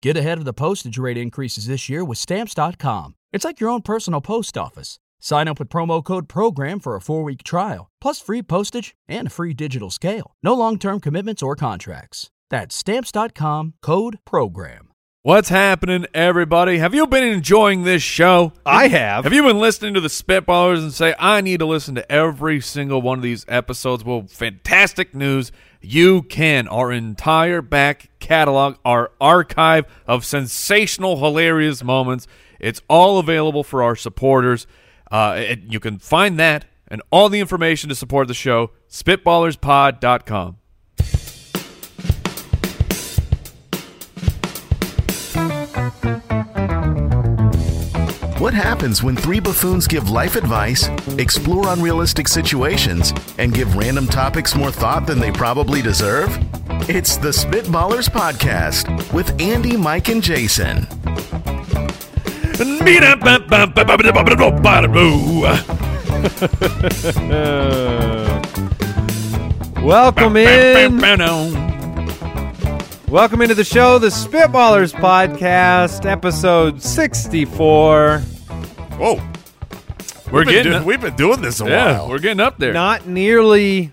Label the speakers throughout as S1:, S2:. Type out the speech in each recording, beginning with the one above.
S1: Get ahead of the postage rate increases this year with Stamps.com. It's like your own personal post office. Sign up with promo code PROGRAM for a four week trial, plus free postage and a free digital scale. No long term commitments or contracts. That's Stamps.com code PROGRAM.
S2: What's happening, everybody? Have you been enjoying this show?
S3: I have.
S2: Have you been listening to the Spitballers and say, I need to listen to every single one of these episodes? Well, fantastic news. You can. Our entire back catalog, our archive of sensational, hilarious moments, it's all available for our supporters. Uh, it, you can find that and all the information to support the show, spitballerspod.com.
S4: What happens when three buffoons give life advice, explore unrealistic situations, and give random topics more thought than they probably deserve? It's the Spitballers Podcast with Andy, Mike, and Jason.
S2: Welcome
S3: Welcome in. Welcome into the show, the Spitballers Podcast, episode 64.
S5: Whoa.
S2: We're
S5: We've been
S2: getting
S5: doing- we've been doing this a
S2: yeah,
S5: while.
S2: we're getting up there.
S3: Not nearly.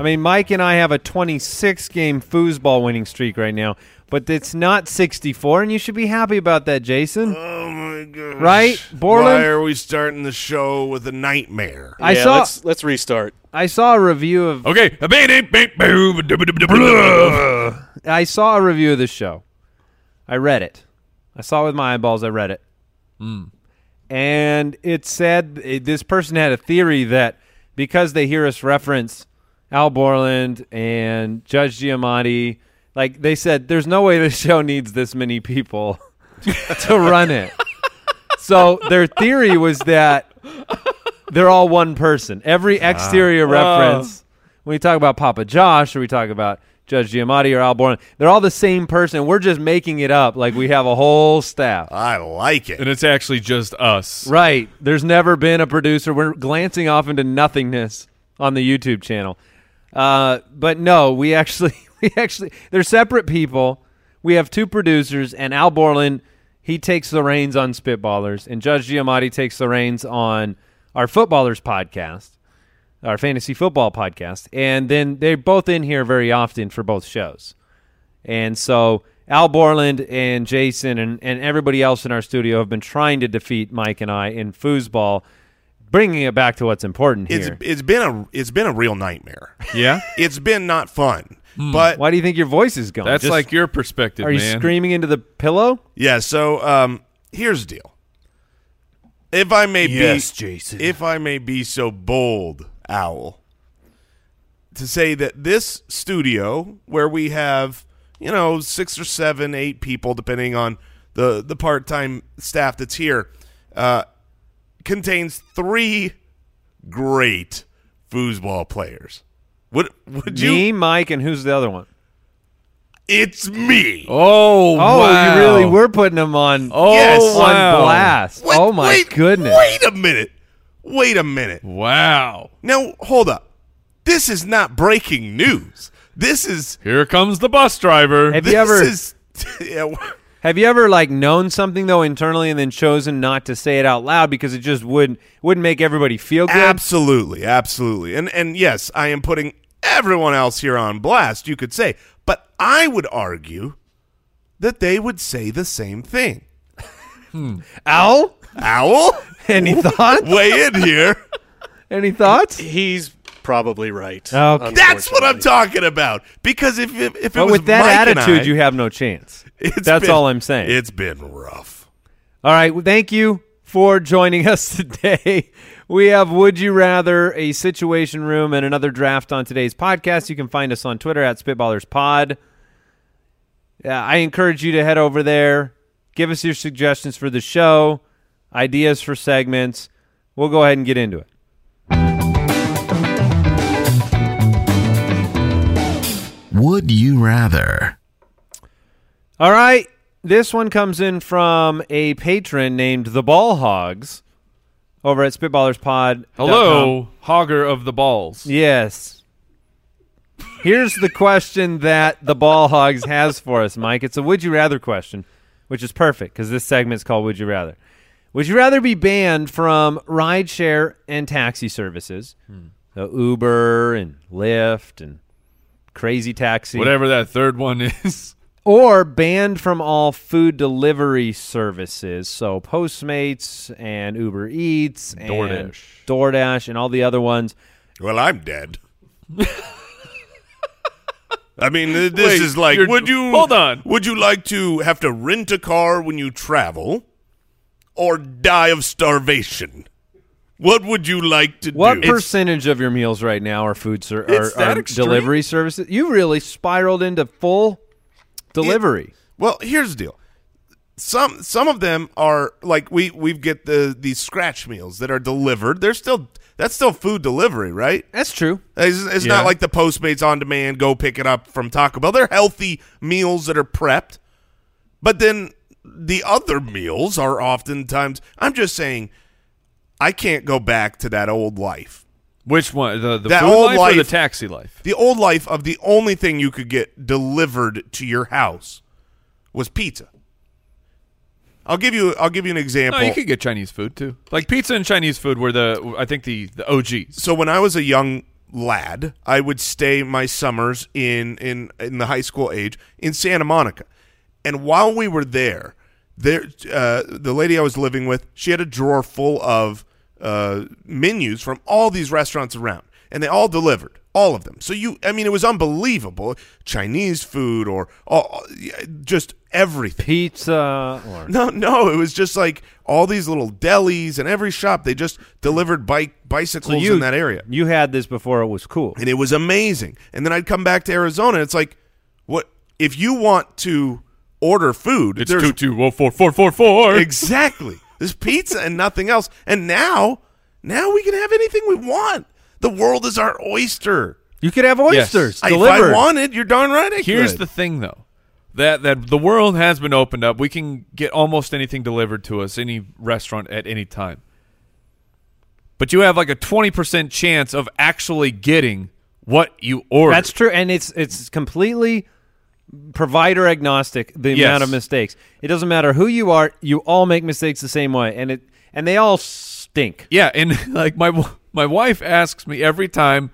S3: I mean, Mike and I have a 26 game foosball winning streak right now, but it's not 64, and you should be happy about that, Jason.
S6: Uh,
S5: oh my gosh.
S3: Right, Borland?
S5: Why are we starting the show with a nightmare?
S3: I
S6: yeah,
S3: saw
S6: Let's, let's restart.
S3: I saw a review of
S2: Okay.
S3: I saw a review of this show. I read it. I saw it with my eyeballs. I read it. And it said eh, this person had a theory that because they hear us reference Al Borland and Judge Giamatti, like they said, there's no way this show needs this many people to run it. so their theory was that they're all one person. Every exterior reference, when we talk about Papa Josh or we talk about Judge Giamatti or Al Borland, they're all the same person. We're just making it up like we have a whole staff.
S5: I like
S2: And
S5: it.
S2: it's actually just us.
S3: Right. There's never been a producer. We're glancing off into nothingness on the YouTube channel. Uh, but no, we actually, we actually, they're separate people. We have two producers, and Al Borland, he takes the reins on Spitballers, and Judge Giamatti takes the reins on our Footballers podcast, our fantasy football podcast. And then they're both in here very often for both shows. And so Al Borland and Jason and, and everybody else in our studio have been trying to defeat Mike and I in foosball, bringing it back to what's important
S5: It's
S3: here.
S5: it's been a it's been a real nightmare.
S2: Yeah.
S5: It's been not fun. But
S3: Why do you think your voice is going?
S2: That's
S3: Just-
S2: like your perspective,
S3: are you
S2: man.
S3: screaming into the pillow?
S5: yeah, so um here's the deal. If I may
S6: Yes,
S5: be
S6: Jason.
S5: if I may be so bold, Owl, to say that this studio where we have, you know, six or seven, eight people depending on the the part-time staff that's here, uh contains three great foosball players. Would would you?
S3: Me, Mike, and who's the other one?
S5: It's me.
S2: Oh,
S3: Oh,
S2: wow.
S3: you really were putting them on,
S2: Oh,
S5: Yes.
S3: on
S2: wow.
S3: blast.
S5: Wait,
S3: oh, my
S5: wait,
S3: goodness.
S5: Wait a minute. Wait a minute.
S2: Wow.
S5: Now hold up. This is not breaking news. This is
S2: Here comes the bus driver.
S3: Have
S5: this
S3: you ever
S5: is yeah, w-
S3: have you ever like known something though internally and then chosen not to say it out loud because it just wouldn't wouldn't make everybody feel good?
S5: absolutely, absolutely. And and yes, I am putting everyone else here on blast, you could say. But I would argue that they would say the same thing.
S3: Owl?
S5: Owl,
S3: Any thoughts?
S5: way in here.
S3: Any thoughts?
S6: He's probably right.
S3: Okay.
S5: That's what I'm
S6: unfortunately.
S5: talking about. Because if Um, if, if it
S3: But
S5: was
S3: with that
S5: Mike and
S3: attitude,
S5: I,
S3: you have no chance.
S5: It's
S3: That's
S5: been-
S3: all I'm saying.
S5: It's been rough.
S3: all right. Well, thank you for joining us today. We have Would You Rather, a situation room, and another draft on today's podcast. You can find us on Twitter at SpitballersPod. Yeah, I encourage you to head over there. Give us your suggestions for the show, ideas for segments. We'll go ahead and get into it.
S4: Would you rather?
S3: All right. This one comes in from a patron named the Ball Hogs over at Spitballers Pod.
S2: Hello, hogger of the balls.
S3: Yes. Here's the question that the Ball Hogs has for us, Mike. It's a would you rather question, which is perfect because this segment's called Would You Rather. Would you rather be banned from rideshare and taxi services?
S2: Hmm.
S3: So Uber and Lyft and crazy taxi.
S2: Whatever that third one is.
S3: Or banned from all food delivery services, so Postmates and Uber Eats and
S2: DoorDash.
S3: DoorDash and all the other ones.
S5: Well, I'm dead. I mean, th- this
S2: Wait,
S5: is like.
S2: you're-
S5: Would you
S2: hold on.
S5: Would you like to have to rent a car when you travel, or die of starvation? What would you like to
S3: What
S5: do?
S3: percentage of your meals right now are food ser-
S5: It's
S3: are,
S5: that
S3: are
S5: extreme?
S3: delivery services? You really spiraled into full delivery.
S5: Well, here's the deal. Some some of them are like we we get the these scratch meals that are delivered. They're still that's still food delivery, right?
S3: That's true.
S5: It's, it's
S2: Yeah.
S5: not like the Postmates on demand go pick it up from Taco Bell. They're healthy meals that are prepped. But then the other meals are oftentimes I'm just saying I can't go back to that old life.
S2: Which one? The, the
S5: That
S2: food
S5: old
S2: life, or the
S5: life-
S2: taxi life?
S5: The old life of the only thing you could get delivered to your house was pizza. I'll give you I'll give you an
S2: No,
S5: example.
S2: you could get Chinese food too. Like pizza and Chinese food were the I think the the OGs.
S5: so when I was a young lad, I would stay my summers in in in the high school age in Santa Monica, and while we were there, there uh, the lady I was living with, she had a drawer full of uh, menus from all these restaurants around, and they all delivered. All of them. So you, I mean, it was unbelievable. Chinese food or all, just everything.
S3: Pizza or
S5: No, no, it was just like all these little delis and every shop. They just delivered bike bicycles in that area
S3: You had this before it was cool.
S5: and it was amazing. And then I'd come back to Arizona, and it's like, what if you want to order food?
S2: It's
S5: there's-
S2: two two oh four four four four.
S5: exactly. There's pizza and nothing else. And now, now we can have anything we want. The world is our oyster.
S3: You could have oysters
S5: I- If
S3: delivered.
S5: I wanted, you're darn right. I
S2: Here's
S5: could.
S2: the thing though. That that the world has been opened up. We can get almost anything delivered to us, any restaurant at any time. But you have like a 20% chance of actually getting what you order.
S3: That's true, and it's it's completely provider agnostic. The
S2: Yes.
S3: amount of mistakes. It doesn't matter who you are. You all make mistakes the same way, and it and they all stink.
S2: Yeah, and like my w- my wife asks me every time,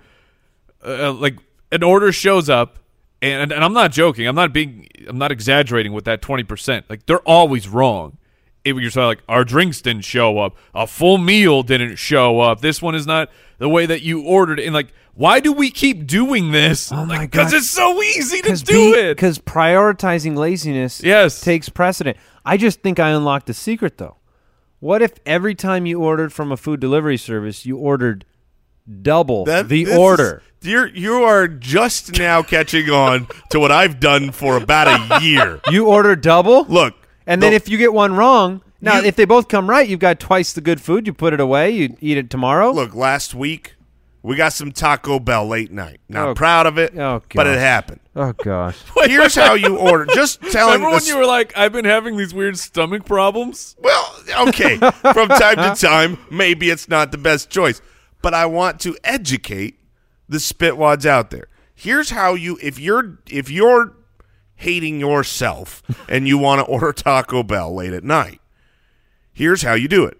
S2: uh, like an order shows up, and and I'm not joking. I'm not being. I'm not exaggerating with that twenty percent. Like they're always wrong. It, you're sort of like our drinks didn't show up. A full meal didn't show up. This one is not the way that you ordered. it. And like, why do we keep doing this?
S3: Oh my
S2: because
S3: God.
S2: it's so easy to
S3: Because
S2: do it.
S3: Because prioritizing laziness
S2: Yes.
S3: takes precedent. I just think I unlocked a secret though. What if every time you ordered from a food delivery service, you ordered double
S5: That-
S3: the
S5: this is-
S3: order?
S5: you're you are just now catching on to what I've done for about a year.
S3: you order double?
S5: Look,
S3: And then
S5: the-
S3: if you get one wrong, now
S5: You-
S3: if they both come right, you've got twice the good food. You put it away, you eat it tomorrow.
S5: Look, last week we got some Taco Bell late night. Not
S3: Oh,
S5: proud of it,
S3: oh,
S5: but it
S3: gosh.
S5: happened.
S3: Oh gosh.
S5: Here's how you order. Just telling
S2: Remember
S5: the
S2: when you were like, I've been having these weird stomach problems?
S5: Well, okay. From time to time, maybe it's not the best choice, but I want to educate the spitwads out there. Here's how you if you're if you're hating yourself and you want to order Taco Bell late at night. Here's how you do it.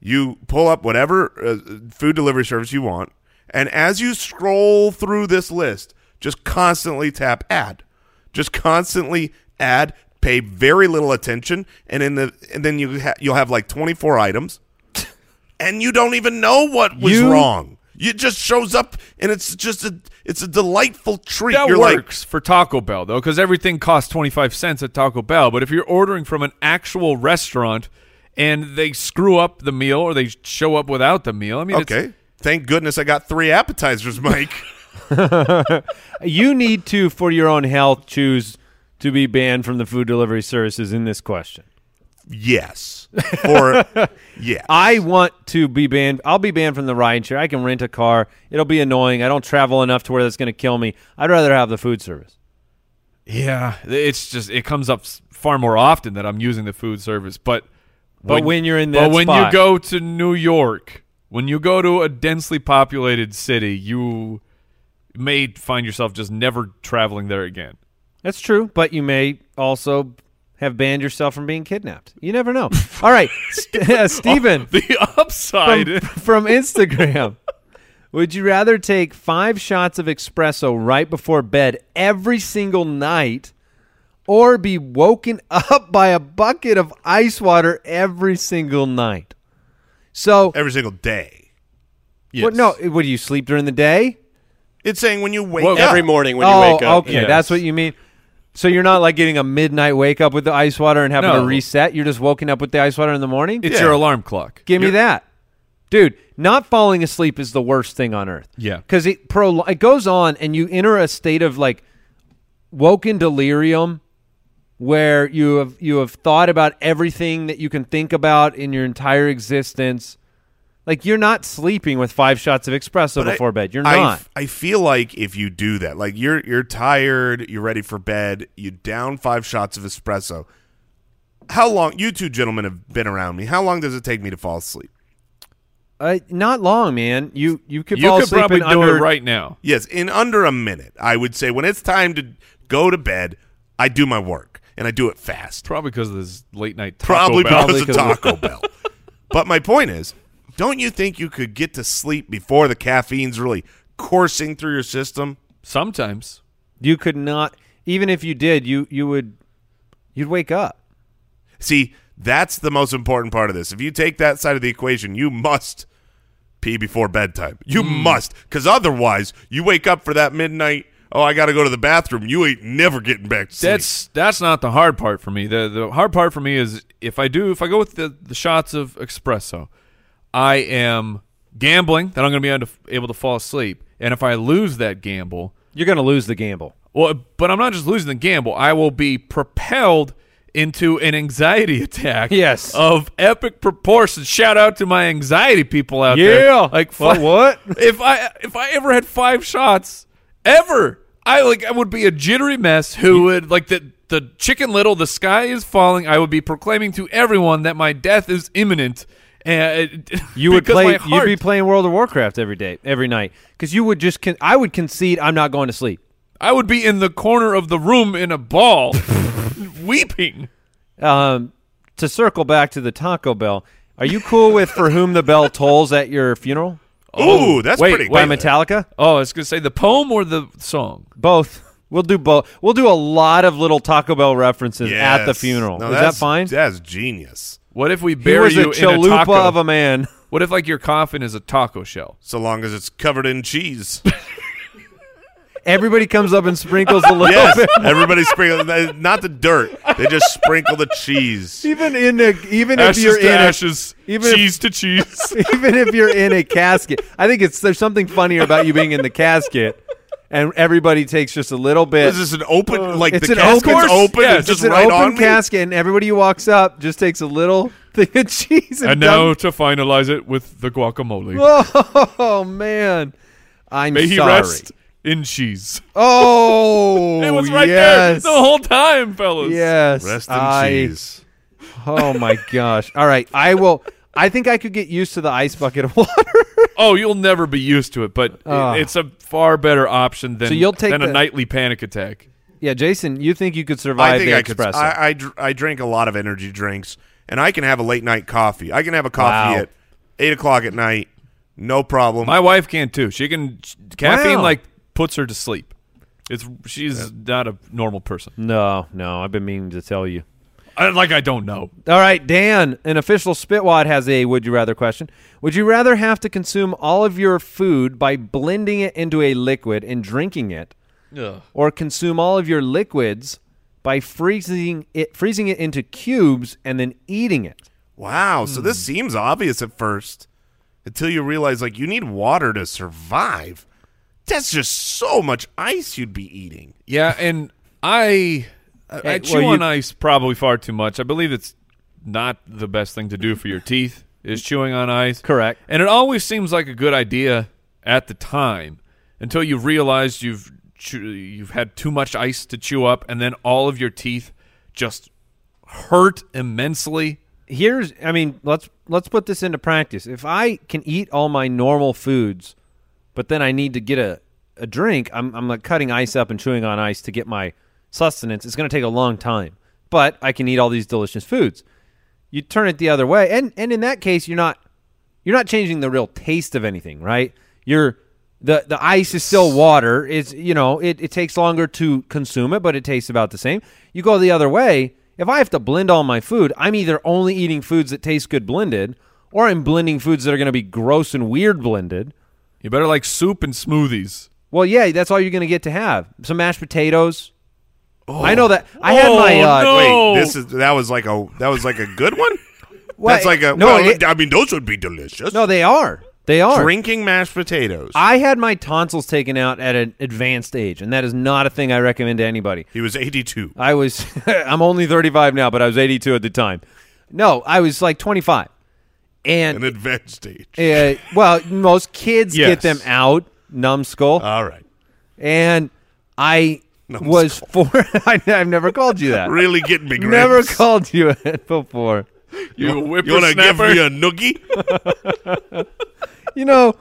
S5: You pull up whatever uh, food delivery service you want, and as you scroll through this list, just constantly tap add. Just constantly add, pay very little attention, and in the and then you ha- you'll have like 24 items. and you don't even know what was
S3: You-
S5: wrong. It just shows up and it's just a it's a delightful treat.
S2: That
S5: You're like,
S2: works for Taco Bell though, because everything costs twenty five cents at Taco Bell. But if you're ordering from an actual restaurant and they screw up the meal or they show up without the meal, I mean, it's-
S5: Okay. Thank goodness I got three appetizers, Mike.
S3: you need to, for your own health, choose to be banned from the food delivery services in this question.
S5: yes. Or yeah.
S3: I want to be banned. I'll be banned from the ride share. I can rent a car. It'll be annoying. I don't travel enough to where that's going to kill me. I'd rather have the food service.
S2: yeah, it's just it comes up s- far more often that I'm using the food service. But
S3: But when you're in
S2: but
S3: that
S2: when you
S3: spot-
S2: go to New York, when you go to a densely populated city, you may find yourself just never traveling there again.
S3: That's true, but you may also have banned yourself from being kidnapped. You never know. All right, St- uh, Stephen
S2: The upside.
S3: from, from Instagram. Would you rather take five shots of espresso right before bed every single night or be woken up by a bucket of ice water every single night? So,
S5: every single day.
S3: what, no, what do you sleep during the day?
S5: It's saying when you wake
S6: Well,
S5: up.
S6: every morning when
S3: oh,
S6: you wake up.
S3: okay,
S2: Yes.
S3: that's what you mean. So you're not like getting a midnight wake up with the ice water and having
S2: No.
S3: to reset. You're just waking up with the ice water in the morning.
S2: it's
S5: Yeah.
S2: your alarm clock.
S3: Give me
S2: You're-
S3: that, dude. Not falling asleep is the worst thing on earth.
S2: Yeah.
S3: because it pro it goes on and you enter a state of like woken delirium where you have you have thought about everything that you can think about in your entire existence. Like you're not sleeping with five shots of espresso
S5: But I-
S3: before bed. You're
S5: I
S3: not.
S5: f- I feel like if you do that, like you're you're tired, you're ready for bed, you down five shots of espresso. How long? You two gentlemen have been around me. How long does it take me to fall asleep?
S3: Uh, not long, man. You you could
S2: You
S3: fall
S2: could
S3: asleep
S2: probably
S3: in
S2: do
S3: under
S2: it right now.
S5: Yes, in under a minute, I would say when it's time to go to bed, I do my work and I do it fast.
S2: Probably because of this late night Taco
S5: Probably
S2: Bell.
S5: because of
S3: Probably 'cause
S5: Taco Bell. But my point is, don't you think you could get to sleep before the caffeine's really coursing through your system?
S2: Sometimes.
S3: You could not. Even if you did, you you would you'd wake up.
S5: See, that's the most important part of this. If you take that side of the equation, you must pee before bedtime. You must, because otherwise, you wake up for that midnight. Oh, I got to go to the bathroom. You ain't never getting back to sleep.
S2: That's that's not the hard part for me. The the hard part for me is if I do if I go with the, the shots of espresso, I am gambling that I'm going to be unaf- able to fall asleep. And if I lose that gamble,
S3: You're gonna lose the gamble.
S2: well, but I'm not just losing the gamble. I will be propelled into an anxiety attack.
S3: Yes.
S2: of epic proportions. Shout out to my anxiety people out there.
S3: Yeah.
S2: like
S3: Well,
S2: fi-
S3: what?
S2: If I if I ever had five shots ever, I like I would be a jittery mess. Who would like the the Chicken Little? The sky is falling. I would be proclaiming to everyone that my death is imminent. And uh,
S3: You would
S2: because
S3: play.
S2: my heart-
S3: You'd be playing World of Warcraft every day, every night, because you would just. Con- I would concede. I'm not going to sleep.
S2: I would be in the corner of the room in a ball, weeping.
S3: Um, to circle back to the Taco Bell, are you cool with "For Whom the Bell Tolls" at your funeral
S5: Ooh, that's
S2: wait,
S5: pretty
S3: by
S5: good.
S3: Metallica?
S2: Oh, I was gonna say the poem or the song.
S3: Both. We'll do both. We'll do a lot of little Taco Bell references at the
S5: Yes.
S3: funeral.
S5: No,
S3: Is that
S5: that's-
S3: fine?
S5: That's genius.
S2: What if we
S3: He
S2: bury
S3: was a
S2: you in a
S3: chalupa
S2: taco?
S3: of a man.
S2: what if like your coffin is a taco shell?
S5: So long as it's covered in cheese.
S3: Everybody comes up and sprinkles a little
S5: Yes,
S3: bit.
S5: everybody sprinkle not the dirt. They just sprinkle the cheese.
S3: Even in a even
S2: Ashes
S3: if you're
S2: to
S3: in
S2: ashes,
S3: even if-
S2: cheese to cheese.
S3: a even if you're in a casket, I think it's there's something funnier about you being in the casket, and everybody takes just a little bit.
S5: Is this an open like
S3: Uh, It's
S5: the
S3: an
S5: casket's
S3: open-
S5: open,
S2: Yes,
S5: and just
S3: it's an
S5: right
S3: open
S5: on me?
S3: casket, and everybody who walks up just takes a little thing of cheese. And,
S2: and now to finalize it with the guacamole.
S3: dump- oh man, I'm
S2: May he
S3: sorry.
S2: rest in cheese.
S3: Oh,
S2: it was right
S3: yes.
S2: there the whole time, fellas.
S3: Yes,
S5: Rest in
S3: I-
S5: cheese.
S3: Oh my gosh! All right, I will. I think I could get used to the ice bucket of water.
S2: Oh, you'll never be used to it, but i-
S3: Ah.
S2: it's a far better option than
S3: So you'll take
S2: than a
S3: the-
S2: nightly panic attack.
S3: yeah, Jason, you think you could survive
S5: I think
S3: the
S5: I could.
S3: espresso?
S5: I, I dr- I drink a lot of energy drinks, and I can have a late night coffee. I can have a coffee
S3: Wow.
S5: at eight o'clock at night, no problem.
S2: My wife can too. She can caffeine
S3: Wow.
S2: like puts her to sleep. It's she's not a normal person.
S3: no, no, I've been meaning to tell you.
S2: I, like I don't know.
S3: All right, Dan, an official spitwad has a would you rather question. Would you rather have to consume all of your food by blending it into a liquid and drinking it, or consume all of your liquids by freezing it freezing it into cubes and then eating it?
S5: wow. So this
S3: Hmm.
S5: seems obvious at first, until you realize like you need water to survive. That's just so much ice you'd be eating.
S2: Yeah, and I I, I
S3: Hey,
S2: chew
S3: well, you-
S2: on ice probably far too much. I believe it's not the best thing to do for your teeth is chewing on ice.
S3: Correct.
S2: And it always seems like a good idea at the time until you realize you've chew, you've had too much ice to chew up and then all of your teeth just hurt immensely.
S3: here's I mean, let's let's put this into practice. If I can eat all my normal foods, but then I need to get a a drink, I'm, I'm like cutting ice up and chewing on ice to get my sustenance. It's going to take a long time, but I can eat all these delicious foods. You turn it the other way, and and in that case, you're not you're not changing the real taste of anything, right? You're the the ice is still water. It's you know it, it takes longer to consume it, but it tastes about the same. You go the other way. If I have to blend all my food, I'm either only eating foods that taste good blended, or I'm blending foods that are going to be gross and weird blended.
S2: You better like soup and smoothies.
S3: Well, yeah, that's all you're going to get to have. Some mashed potatoes. I know that I had my
S2: Oh,
S3: uh,
S2: no.
S5: Wait, this is that was like a that was like a good one.
S3: Well,
S5: That's like
S3: no.
S5: a no. Well,
S3: it-
S5: I mean, those would be delicious.
S3: no, they are. They are.
S5: drinking mashed potatoes.
S3: I had my tonsils taken out at an advanced age, and that is not a thing I recommend to anybody.
S5: he was eighty-two.
S3: I was I'm only 35 now, but I was 82 at the time. No, I was like 25.
S5: An
S3: And
S5: advanced stage.
S3: uh, well, most kids get
S5: Yes. Uh.
S3: them out, numbskull.
S5: All right,
S3: and I was for I, I've never called you that.
S5: really getting me. Grips.
S3: Never called you it before.
S2: You
S5: You want to give
S2: whippersnapper.
S5: me a noogie?
S3: You know,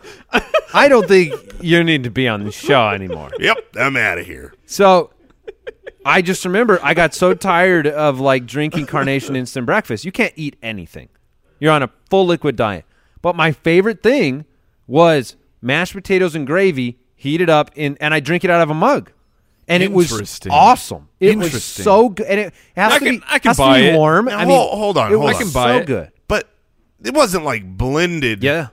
S3: I don't think you need to be on the show anymore.
S5: yep, I'm out of here.
S3: So I just remember I got so tired of like drinking carnation instant breakfast. You can't eat anything. You're on a full liquid diet. But my favorite thing was mashed potatoes and gravy heated up in and I drink it out of a mug. And it was
S2: Interesting.
S3: awesome. It was
S2: Interesting.
S3: so good and it has
S2: I
S3: to
S2: can-
S3: be,
S2: I can
S3: has to
S2: buy
S3: be
S2: it.
S3: warm.
S5: Now,
S3: I mean,
S5: hol- hold on,
S3: it
S5: hold
S3: was
S5: on. I can
S3: so
S2: buy it.
S3: good.
S5: But it wasn't like blended.
S3: Yeah.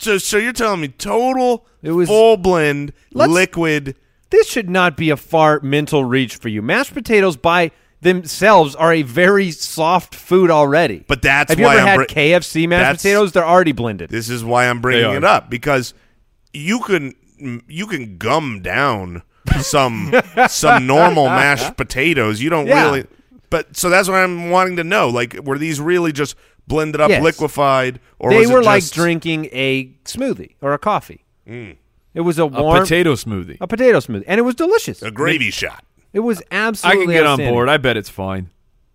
S5: So, so you're telling me total
S3: It was-
S5: full blend
S3: Let's-
S5: liquid.
S3: this should not be a far mental reach for you. Mashed potatoes by themselves are a very soft food already.
S5: But that's
S3: have you
S5: why
S3: ever
S5: I'm
S3: had
S5: bri-
S3: KFC mashed
S5: That's-
S3: potatoes? They're already blended.
S5: This is why I'm bringing
S2: are.
S5: it up because you can you can gum down some some normal mashed potatoes. You don't
S3: Yeah.
S5: really, but so that's what I'm wanting to know. Like, were these really just blended up,
S3: Yes.
S5: liquefied, or
S3: they
S5: was it
S3: were like
S5: just-
S3: drinking a smoothie or a coffee. It was a
S2: A
S3: warm
S2: potato smoothie.
S3: a potato smoothie, and it was delicious.
S5: a gravy shot?
S3: It was
S2: I
S3: absolutely.
S2: can get on
S3: outstanding.
S2: board. I bet it's fine.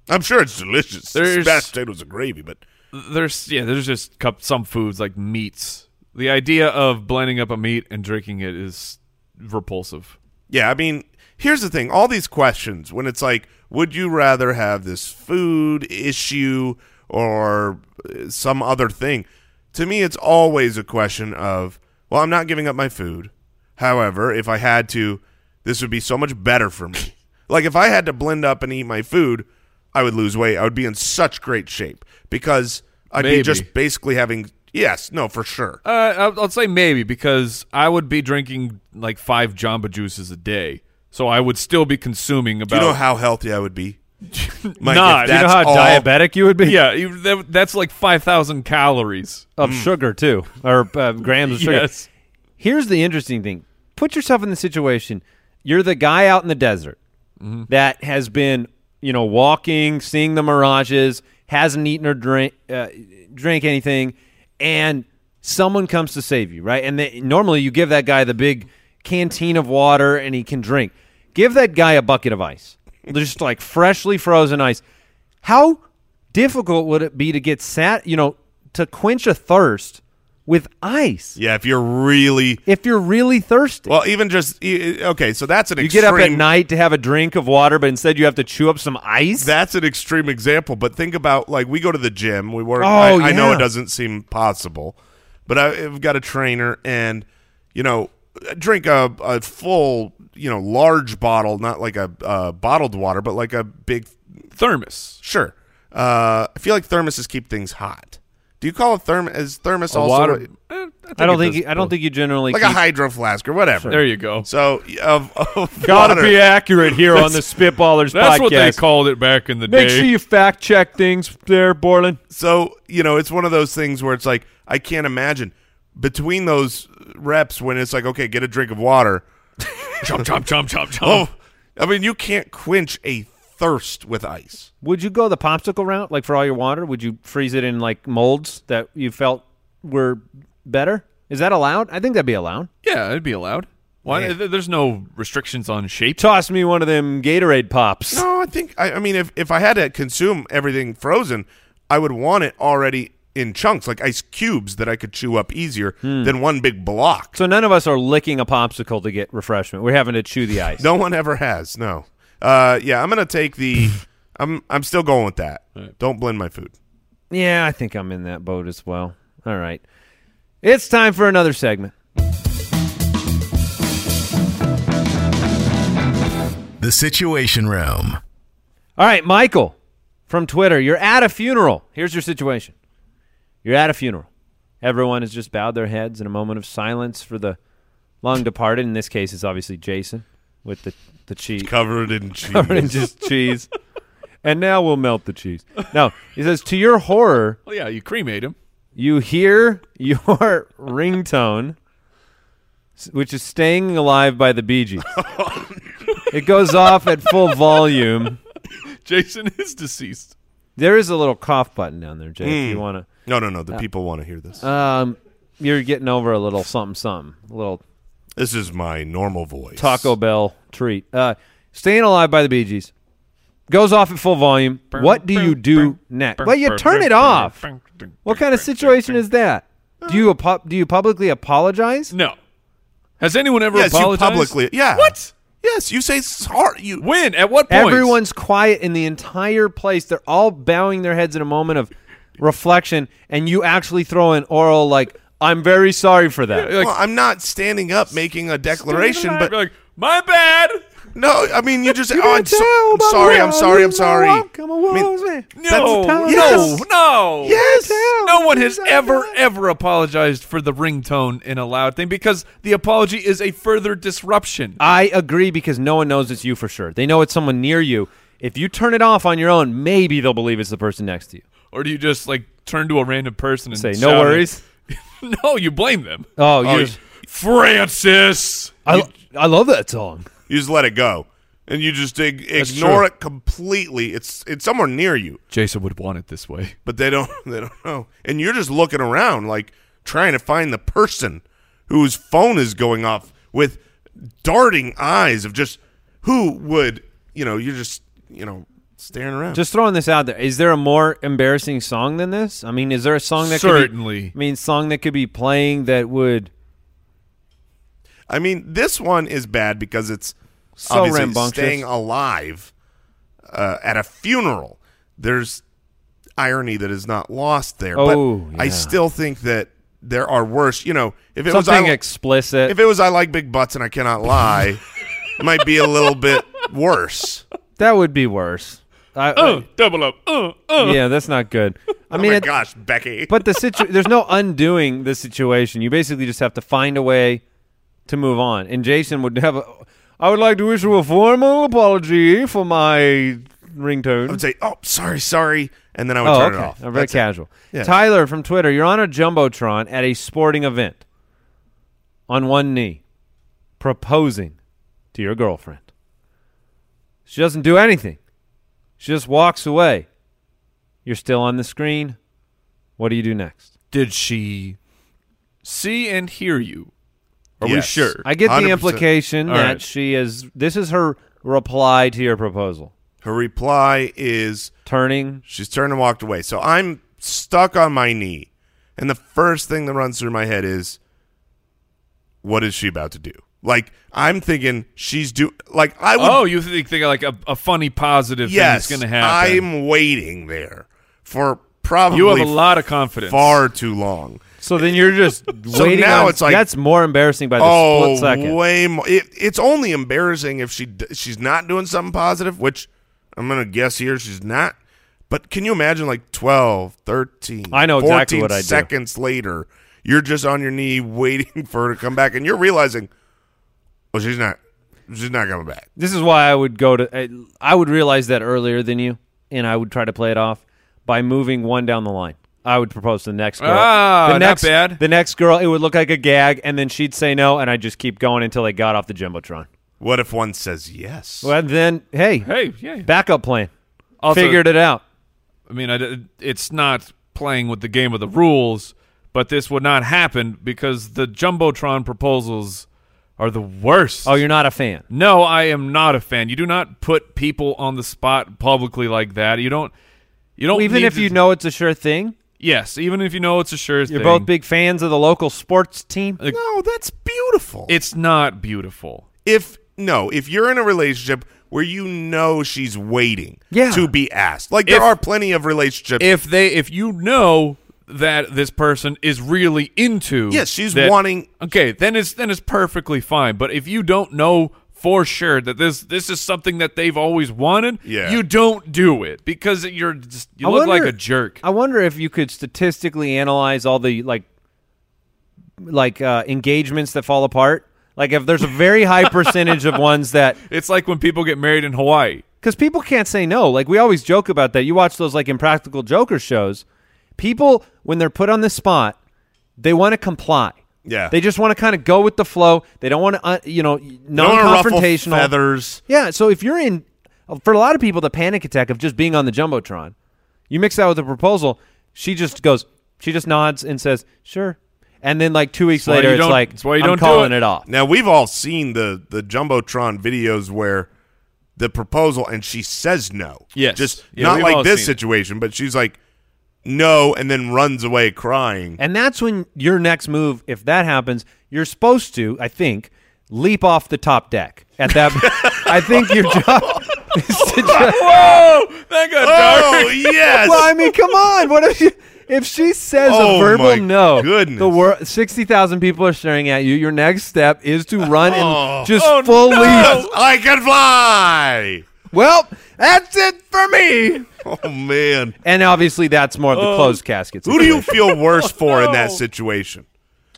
S5: I'm sure it's delicious.
S2: There's-
S5: mashed potatoes and gravy, but
S2: There's yeah, there's just cup, some foods like meats. The idea of blending up a meat and drinking it is repulsive.
S5: Yeah, I mean, here's the thing: all these questions, when it's like, would you rather have this food issue or uh, some other thing? To me, it's always a question of, well, I'm not giving up my food. However, if I had to, this would be so much better for me. like if I had to blend up and eat my food, I would lose weight. I would be in such great shape because I'd be
S2: Maybe.
S5: just basically having. Yes, no, for sure.
S2: Uh, I'll, I'll say maybe because I would be drinking like five Jamba Juices a day, so I would still be consuming
S5: Do
S2: about.
S5: you know how healthy I would be?
S2: Nah,
S5: Mike, if
S2: do you
S3: You know
S5: that's
S3: how
S5: all-
S3: diabetic you would be
S2: yeah, you- that- that's like five thousand calories.
S3: of sugar too, or uh, grams of sugar.
S2: Yes.
S3: Here's the interesting thing. Put yourself in the situation. You're the guy out in the desert that has been, you know, walking, seeing the mirages, hasn't eaten or drink uh, drank anything, and someone comes to save you, right? And they, normally you give that guy the big canteen of water and he can drink. Give that guy a bucket of ice. Just like freshly frozen ice. How difficult would it be to get sat, you know, to quench a thirst with ice?
S5: Yeah, if you're really
S3: if you're really thirsty.
S5: Well, even just e- okay, so that's an
S3: you
S5: extreme,
S3: get up at night to have a drink of water, but instead you have to chew up some ice.
S5: That's an extreme example, but think about like we go to the gym. We work.
S3: Oh,
S5: I, I know
S3: yeah.
S5: it doesn't seem possible, but I, I've got a trainer, and you know, drink a, a full, you know, large bottle, not like a uh, bottled water, but like a big.
S2: Thermos.
S5: Sure, uh, I feel like thermoses keep things hot. Do you call a thermos? Is thermos
S2: A
S5: also
S2: water.
S5: like
S2: eh,
S3: I don't
S2: it
S3: think
S2: does
S3: you, I don't
S2: both.
S3: think you generally
S5: a
S3: keep-
S5: hydro flask or whatever?
S2: There you go.
S5: So of, of
S3: gotta
S5: water-
S3: be accurate here on the Spitballers
S2: That's
S3: podcast.
S2: what they called it back in the
S3: Make
S2: day.
S3: sure you fact check things there, Borland.
S5: So, you know, it's one of those things where it's like, I can't imagine between those reps when it's like, okay, get a drink of water.
S2: chomp chomp chomp chomp chomp.
S5: Oh, I mean, you can't quench a thirst with ice.
S3: Would you go the popsicle route, like for all your water? Would you freeze it in like molds that you felt were better? Is that allowed? I think that'd be allowed.
S2: Yeah, it'd be allowed. Why? th- There's no restrictions on shape.
S3: Toss me one of them Gatorade pops.
S5: No, I think, I, I mean, if, if I had to consume everything frozen, I would want it already in chunks, like ice cubes that I could chew up easier than one big block.
S3: So none of us are licking a popsicle to get refreshment. We're having to chew the ice.
S5: No one ever has. No. Uh, yeah, I'm gonna take the. I'm I'm still going with that. Don't blend my food.
S3: Yeah, I think I'm in that boat as well. All right. It's time for another segment.
S4: The Situation Room.
S3: All right, Michael from Twitter, you're at a funeral. Here's your situation you're at a funeral. Everyone has just bowed their heads in a moment of silence for the long departed. In this case, it's obviously Jason with the, the cheese.
S5: Covered in cheese.
S3: covered in just cheese. And now we'll melt the cheese. No, he says, to your horror,
S2: Well, yeah, you cremate him.
S3: you hear your ringtone, s- which is "Staying Alive" by the Bee Gees. it goes off at full volume.
S2: Jason is deceased.
S3: There is a little cough button down there, Jay. If you want
S5: No, no, no. The people want to hear this.
S3: to, um, you're getting over a little something, something, a little
S5: this is my normal voice.
S3: Taco Bell treat. Uh, "Staying Alive" by the Bee Gees goes off at full volume. What do you do next? Well, you turn it off. What kind of situation is that? Do you apo- do you publicly apologize?
S2: No. Has anyone ever
S5: Yes,
S2: apologized?
S5: you publicly. Yeah.
S2: What?
S5: Yes, you say sorry. You
S2: When? At what point?
S3: Everyone's quiet in the entire place. They're all bowing their heads in a moment of reflection, and you actually throw an oral like, "I'm very sorry for that."
S2: like-
S5: well, I'm not standing up making a declaration, but
S2: Be like, my bad.
S5: no, I mean you just. oh, I'm, so- I'm sorry. I'm sorry. I'm sorry. I mean,
S3: eh?
S2: No, no,
S5: Yes.
S2: no.
S5: Yes.
S2: No one has ever, ever apologized for the ringtone in a loud thing because the apology is a further disruption.
S3: I agree because no one knows it's you for sure. They know it's someone near you. If you turn it off on your own, maybe they'll believe it's the person next to you.
S2: Or do you just like turn to a random person and
S3: Say,
S2: shout
S3: "No
S2: it?"
S3: worries."
S2: no, you blame them.
S3: Oh, you
S2: Francis.
S3: I, I love that song.
S5: You just let it go, and you just ig- ignore it completely. It's it's somewhere near you,
S2: Jason would want it this way.
S5: but they don't they don't know, and you're just looking around like trying to find the person whose phone is going off with darting eyes of just who would you know you're just you know staring around.
S3: Just throwing this out there. Is there a more embarrassing song than this? I mean, is there a song that
S2: Certainly.
S3: Could be, I mean, song that could be playing that would
S5: I mean, this one is bad because it's
S3: So
S5: obviously
S3: rambunctious.
S5: staying alive uh, at a funeral. There's irony that is not lost there,
S3: Oh,
S5: but I
S3: yeah.
S5: still think that there are worse. You know, if it
S3: something
S5: was I,
S3: explicit.
S5: if it was I like big butts and I cannot lie, it might be a little bit worse.
S3: that would be worse. I,
S2: Double up. Uh,
S3: I- yeah, that's not good. I
S5: oh
S3: mean,
S5: my
S3: it-
S5: gosh, Becky!
S3: but the situ- there's no undoing the situation. You basically just have to find a way to move on. And Jason would have. A, I would like to issue a formal apology for my ringtone.
S5: I would say, "Oh, sorry, sorry," and then I would
S3: Oh,
S5: turn
S3: okay.
S5: it off.
S3: Uh, Very
S5: That's it.
S3: casual.
S5: Yeah.
S3: Tyler from Twitter, you're on a jumbotron at a sporting event, on one knee, proposing to your girlfriend. She doesn't do anything. She just walks away. You're still on the screen. What do you do next?
S2: Did she see and hear you? Are we
S5: Yes.
S2: sure?
S3: I get the
S5: 100%.
S3: implication
S2: All
S3: that
S2: right.
S3: she is. This is her reply to your proposal.
S5: Her reply is,
S3: Turning.
S5: She's turned and walked away. So I'm stuck on my knee. And the first thing that runs through my head is, what is she about to do? Like, I'm thinking she's do like I would
S2: oh, you think, think like a, a funny positive
S5: yes,
S2: thing is going to happen?
S5: I'm waiting there for probably
S2: you have a lot of confidence.
S5: far too long.
S3: So then you're just
S5: So
S3: waiting.
S5: now
S3: on-
S5: it's like-
S3: that's more embarrassing by the
S5: Oh,
S3: split second.
S5: way more. It, it's only embarrassing if she d- she's not doing something positive, which I'm going to guess here she's not. But can you imagine like 12, 13,
S3: I know
S5: 14
S3: exactly what I do.
S5: seconds later, you're just on your knee waiting for her to come back and you're realizing, well, she's not she's not coming back.
S3: This is why I would go to. I- I would realize that earlier than you, and I would try to play it off by moving one down the line. I would propose to the next girl.
S2: Ah,
S3: the
S2: not
S3: next,
S2: bad.
S3: The next girl, it would look like a gag, and then she'd say no, and I'd just keep going until they got off the jumbotron.
S5: What if one says yes?
S3: Well, then, hey,
S2: Hey, yeah.
S3: backup plan.
S2: Also-
S3: Figured it out.
S2: I mean, I d it's not playing with the game of the rules, but this would not happen because the jumbotron proposals are the worst.
S3: Oh, you're not a fan.
S2: No, I am not a fan. You do not put people on the spot publicly like that. You don't. You don't
S3: Even
S2: need
S3: if
S2: to-
S3: you know it's a sure thing,
S2: Yes, even if you know it's a sure
S3: You're
S2: thing.
S3: both big fans of the local sports team.
S2: Like,
S5: No, that's beautiful.
S2: It's not beautiful.
S5: if no, if you're in a relationship where you know she's waiting
S3: Yeah.
S5: to be asked, like there
S2: If-
S5: are plenty of relationships.
S2: If they, if you know that this person is really into,
S5: Yes, she's
S2: that-
S5: wanting-
S2: Okay, then it's then it's perfectly fine. But if you don't know for sure that this this is something that they've always wanted,
S5: Yeah.
S2: you don't do it because you're just you look like a jerk.
S3: I wonder if you could statistically analyze all the like like uh, engagements that fall apart. Like if there's a very high percentage of ones that
S2: it's like when people get married in Hawaii.
S3: because people can't say no. Like we always joke about that. You watch those like impractical joker shows. People when they're put on the spot, they want to comply.
S5: Yeah.
S3: they just want to kind of go with the flow. They don't want to, uh, you know,
S5: Don't wanna ruffle
S3: non-confrontational.
S5: feathers.
S3: Yeah, so if you're in, for a lot of people, the panic attack of just being on the jumbotron, you mix that with a proposal. She just goes, she just nods and says, "Sure," and then like two weeks
S2: why
S3: later,
S2: you
S3: it's
S2: don't-
S3: like
S2: that's why you
S3: I'm
S2: don't do
S3: calling
S2: it."
S3: it off.
S5: Now we've all seen the the jumbotron videos where the proposal and she says no.
S2: Yes.
S5: just
S2: Yeah,
S5: not
S2: we've all
S5: like this
S2: seen it.
S5: situation, but she's like no, and then runs away crying.
S3: And that's when your next move, if that happens, you're supposed to, I think, leap off the top deck. At that, I think your job is to just.
S2: Whoa, that got
S5: Oh yes,
S3: Well, I mean, come on. What if you, if she says
S5: Oh,
S3: a verbal
S5: my
S3: no?
S5: goodness.
S3: The world, sixty thousand people are staring at you. Your next step is to run and just
S2: Oh,
S3: full
S2: no.
S3: leap.
S5: Yes, I can fly.
S3: Well, that's it for me.
S5: Oh man,
S3: And obviously, that's more of the closed caskets.
S5: Um, who do you feel worse
S2: Oh,
S5: for in that situation?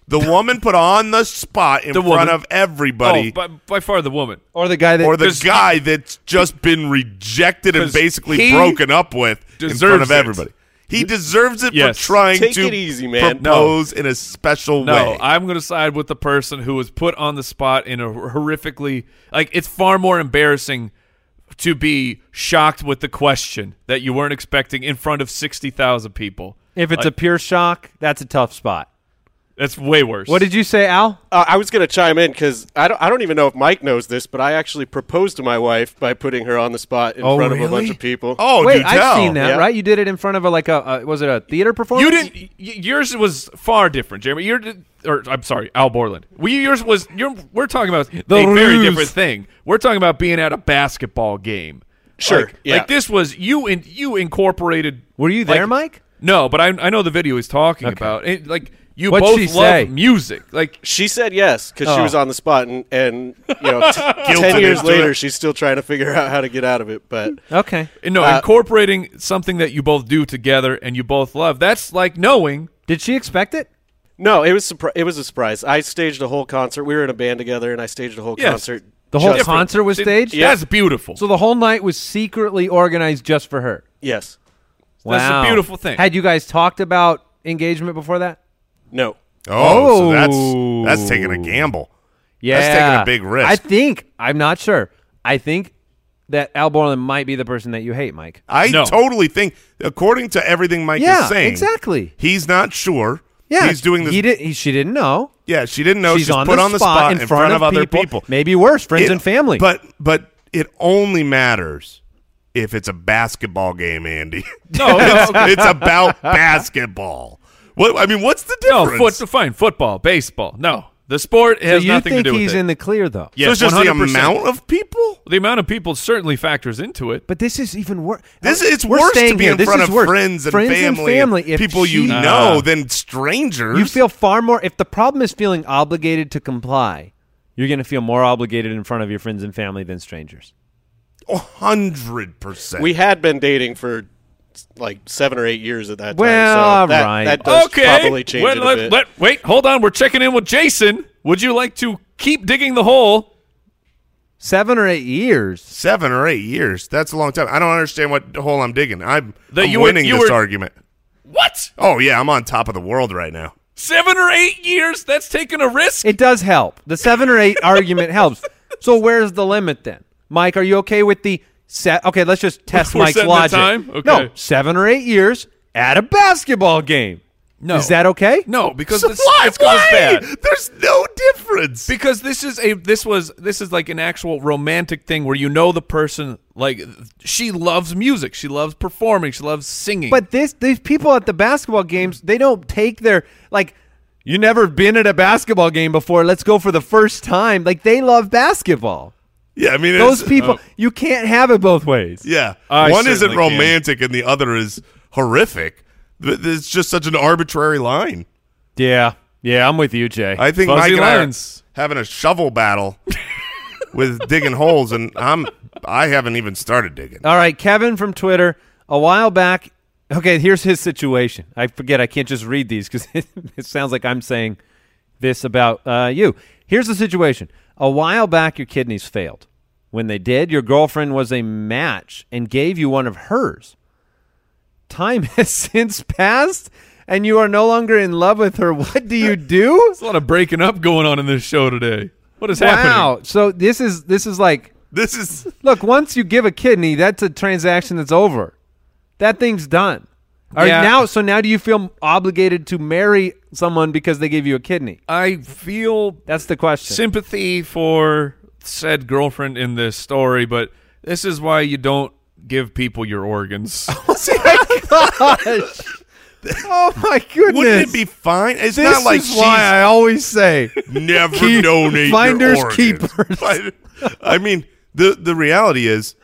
S5: The woman put on the spot in
S2: The
S5: front
S2: woman.
S5: of everybody,
S2: Oh, by, by far the woman.
S3: or the guy that
S5: or the
S2: Does-
S5: guy that's just been rejected and
S2: 'Cause
S5: basically
S2: he
S5: broken up with in front
S2: deserves
S5: of
S2: it.
S5: everybody. He deserves it
S2: Yes.
S5: for trying
S6: Take
S5: to
S6: it easy, man. No.
S5: propose in a special
S2: No,
S5: way.
S2: I'm going to side with the person who was put on the spot in a horrifically like it's far more embarrassing to be shocked with the question that you weren't expecting in front of 60,000 people.
S3: If it's a pure shock, that's a tough spot.
S2: That's way worse.
S3: What did you say, Al?
S6: Uh, I was going to chime in because I don't, I don't even know if Mike knows this, but I actually proposed to my wife by putting her on the spot in front of a bunch of people.
S5: oh,
S3: Wait,
S5: do
S3: I've
S5: tell.
S3: seen that.
S6: Yeah.
S3: Right, you did it in front of a like a, a was it a theater performance?
S2: you didn't y- yours was far different, Jeremy. Your or I'm sorry, Al Borland. We yours was your we're talking about
S3: The
S2: a very
S3: ruse.
S2: different thing. We're talking about being at a basketball game.
S6: Sure,
S2: Like,
S6: yeah.
S2: like this was you and you incorporated
S3: Were you
S2: like-
S3: there, Mike?
S2: No, but I I know the video he's talking about. It, like you
S3: What'd
S2: both
S3: she
S2: love
S3: say?
S2: music. Like
S6: She said yes because she
S3: Oh.
S6: was on the spot, and, and you know, t-
S5: Guilted
S6: ten years
S5: into it.
S6: later, she's still trying to figure out how to get out of it. But
S3: Okay.
S2: no, incorporating something that you both do together and you both love. That's like knowing.
S3: Did she expect it?
S6: no, it was surpri- it was a surprise. I staged a whole concert. We were in a band together, and I staged a whole
S2: Yes.
S6: concert.
S3: The whole
S6: just-
S3: concert was
S2: Th-
S3: staged.
S2: That's beautiful.
S3: So the whole night was secretly organized just for her.
S6: Yes.
S2: That's a beautiful thing.
S3: Had you guys talked about engagement before that?
S6: No.
S5: Oh, so
S3: Oh.
S5: that's that's taking a gamble.
S3: Yeah,
S5: taking a big risk.
S3: I think I'm not sure. I think that Al Borland might be the person that you hate, Mike.
S5: I
S2: No.
S5: totally think, according to everything Mike
S3: Yeah,
S5: is saying,
S3: exactly.
S5: He's not sure.
S3: Yeah,
S5: he's doing this.
S3: He did. He, she didn't know.
S5: yeah, she didn't know.
S3: She's, on,
S5: put
S3: the
S5: on the spot, in front, of, other people.
S3: Maybe worse, friends
S5: It-
S3: and family.
S5: But but it only matters if it's a basketball game, Andy.
S2: No,
S5: it's, it's about basketball. What I mean, what's the
S2: no,
S5: difference?
S2: foot, fine, football, baseball. No, the sport
S3: so
S2: has
S3: you
S2: nothing to
S3: think
S2: do with
S3: he's
S2: it.
S3: in the clear though?
S5: so
S2: yes,
S5: it's just the
S2: 100%.
S5: amount of people.
S2: The amount of people certainly factors into it.
S3: But this is even worse.
S5: This it's
S3: We're
S5: worse to
S3: staying
S5: be
S3: here.
S5: in
S3: This
S5: front
S3: is
S5: of
S3: worse.
S5: friends and family, and
S3: if
S5: people you
S3: she- Ah.
S5: know than strangers.
S3: You feel far more if the problem is feeling obligated to comply. You're going to feel more obligated in front of your friends and family than strangers.
S5: hundred percent.
S6: We had been dating for like seven or eight years at that
S3: Well, all
S6: time. So that,
S3: right.
S6: that does
S2: okay.
S6: probably change
S2: Wait,
S6: it a
S2: let-
S6: bit.
S2: let- wait, hold on. We're checking in with Jason. Would you like to keep digging the hole?
S3: Seven or eight years.
S5: seven or eight years. That's a long time. I don't understand what hole I'm digging. I'm,
S2: That
S5: I'm
S2: you were-
S5: winning
S2: you
S5: this
S2: were-
S5: argument.
S2: What?
S5: Oh yeah, I'm on top of the world right now.
S2: Seven or eight years? That's taking a risk.
S3: It does help. The seven or eight argument helps. So where's the limit then, Mike? Are you okay with the set? Okay, let's just test
S2: We're
S3: Mike's
S2: setting the
S3: logic.
S2: time? Okay.
S3: No, seven or eight years at a basketball game.
S2: No.
S3: Is that okay?
S2: No, because
S5: So
S2: it's,
S5: why?
S2: it's 'cause
S5: why?
S2: it's bad.
S5: There's no difference.
S2: Because this is a this was this is like an actual romantic thing where you know the person like she loves music, she loves performing, she loves singing.
S3: But this, these people at the basketball games, they don't take their like. You never been at a basketball game before. Let's go for the first time. Like they love basketball.
S5: yeah, I mean,
S3: Those
S5: it's-
S3: people, you can't have it both ways.
S5: Yeah,
S2: I
S5: one isn't
S2: certainly can.
S5: romantic and the other is horrific. Th- It's just such an arbitrary line.
S3: Yeah, yeah, I'm with you, Jay.
S5: I think
S2: Fuzzy
S5: Mike and I are
S2: lines.
S5: having a shovel battle with digging holes, and I'm I haven't even started digging.
S3: All right, Kevin from Twitter. A while back, okay, here's his situation. I forget, I can't just read these because it, sounds like I'm saying this about uh, you. Here's the situation. A while back, your kidneys failed. When they did, your girlfriend was a match and gave you one of hers. Time has since passed, and you are no longer in love with her. What do you do?
S2: There's a lot of breaking up going on in this show today. What is happening?
S3: wow! So this is this is like
S5: This is
S3: Look, once you give a kidney, that's a transaction that's over. That thing's done. All right,
S2: Yeah.
S3: now so now do you feel obligated to marry someone because they gave you a kidney?
S2: I feel
S3: That's the question.
S2: sympathy for said girlfriend in this story, but this is why you don't give people your organs.
S3: oh my goodness.
S5: wouldn't it be fine? It's
S3: this
S5: not like
S3: is why
S5: she's
S3: I always say
S5: never
S3: Keep-
S5: donate
S3: finders
S5: your organs.
S3: keepers.
S5: But, I mean, the the reality is,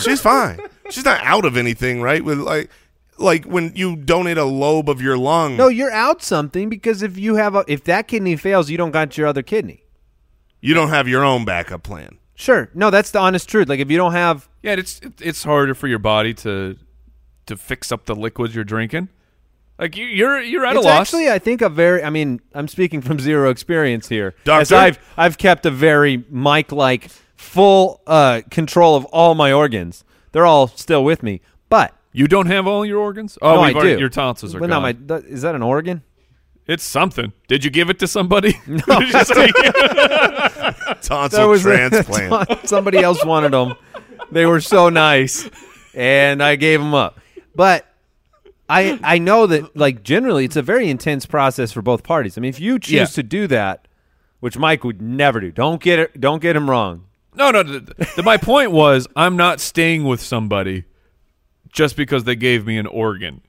S5: she's fine. She's not out of anything, right? With like, like when you donate a lobe of your lung.
S3: no, you're out something because if you have a, if that kidney fails, you don't got your other kidney.
S5: you don't have your own backup plan.
S3: Sure. No, that's the honest truth. Like if you don't have
S2: yeah, it's it- it's harder for your body to to fix up the liquids you're drinking. Like you, you're you're at
S3: it's
S2: a loss.
S3: actually I think a very I mean, I'm speaking from zero experience here. As
S5: Doctor?
S3: I've I've kept a very Mike like full uh, control of all my organs. They're all still with me. But
S2: you don't have all your organs. Oh,
S3: no,
S2: we've
S3: I
S2: already-
S3: do.
S2: Your tonsils are
S3: Well,
S2: gone.
S3: not my th- is that an organ?
S2: it's something. Did you give it to somebody? No.
S5: Tonsil transplant.
S3: Somebody else wanted them. They were so nice, and I gave them up. But I I know that like generally it's a very intense process for both parties. I mean, if you choose
S2: Yeah.
S3: to do that, which Mike would never do. Don't get it. Don't get him wrong.
S2: no, no. th- th- my point was, I'm not staying with somebody just because they gave me an organ.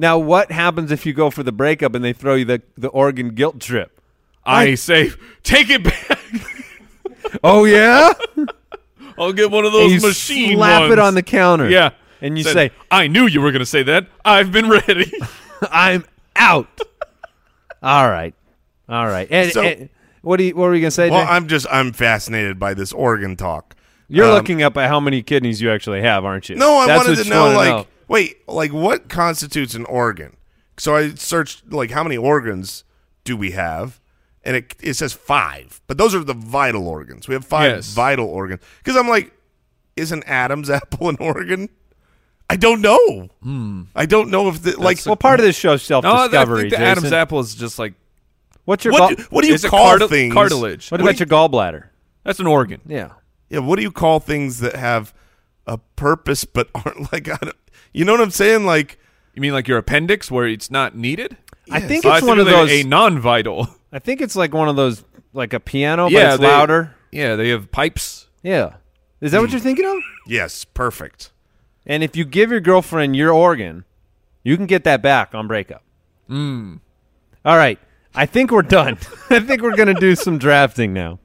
S3: Now, what happens if you go for the breakup and they throw you the the Oregon guilt trip?
S2: I say, take it back.
S3: Oh yeah,
S2: I'll get one of those
S3: and you
S2: machine
S3: slap it
S2: ones.
S3: on the counter.
S2: Yeah.
S3: and you
S2: Said,
S3: say,
S2: I knew you were going to say that. I've been ready.
S3: "I'm out." all right, all right. And,
S5: So-
S3: and what do you, what were you gonna say?
S5: Well,
S3: Jay?
S5: I'm just I'm fascinated by this organ talk.
S3: You're
S5: um,
S3: looking up at how many kidneys you actually have, aren't you?
S5: No, I
S3: That's
S5: wanted
S3: what
S5: to
S3: you
S5: know
S3: wanna
S5: like wait, like what constitutes an organ? So I searched like how many organs do we have? And it it says 5. But those are the vital organs. We have 5
S2: Yes.
S5: vital organs. Cuz I'm like is an Adam's apple an organ? I don't know.
S3: Hmm.
S5: I don't know if the, like
S3: well, part of this show's self
S2: no, I
S3: discovery.
S2: think the Adam's apple is just like
S3: What's your
S5: what
S3: gall-
S5: do, what do you
S2: it's a
S5: call
S2: cartil-
S5: things?
S2: cartilage.
S3: what about your gallbladder?
S2: That's an organ.
S3: Yeah.
S5: Yeah, what do you call things that have a purpose but aren't like I don't, you know what I'm saying like
S2: You mean like your appendix where it's not needed?
S3: I think
S2: Oh,
S3: it's one of
S2: they-
S3: those.
S2: a non-vital.
S3: I think it's like one of those, like a piano, but it's
S2: they-
S3: louder.
S2: Yeah, they have pipes.
S3: Yeah. Is that what you're thinking of?
S5: Yes, perfect.
S3: And if you give your girlfriend your organ, you can get that back on breakup. All right. I think we're done. I think we're going to do some drafting now.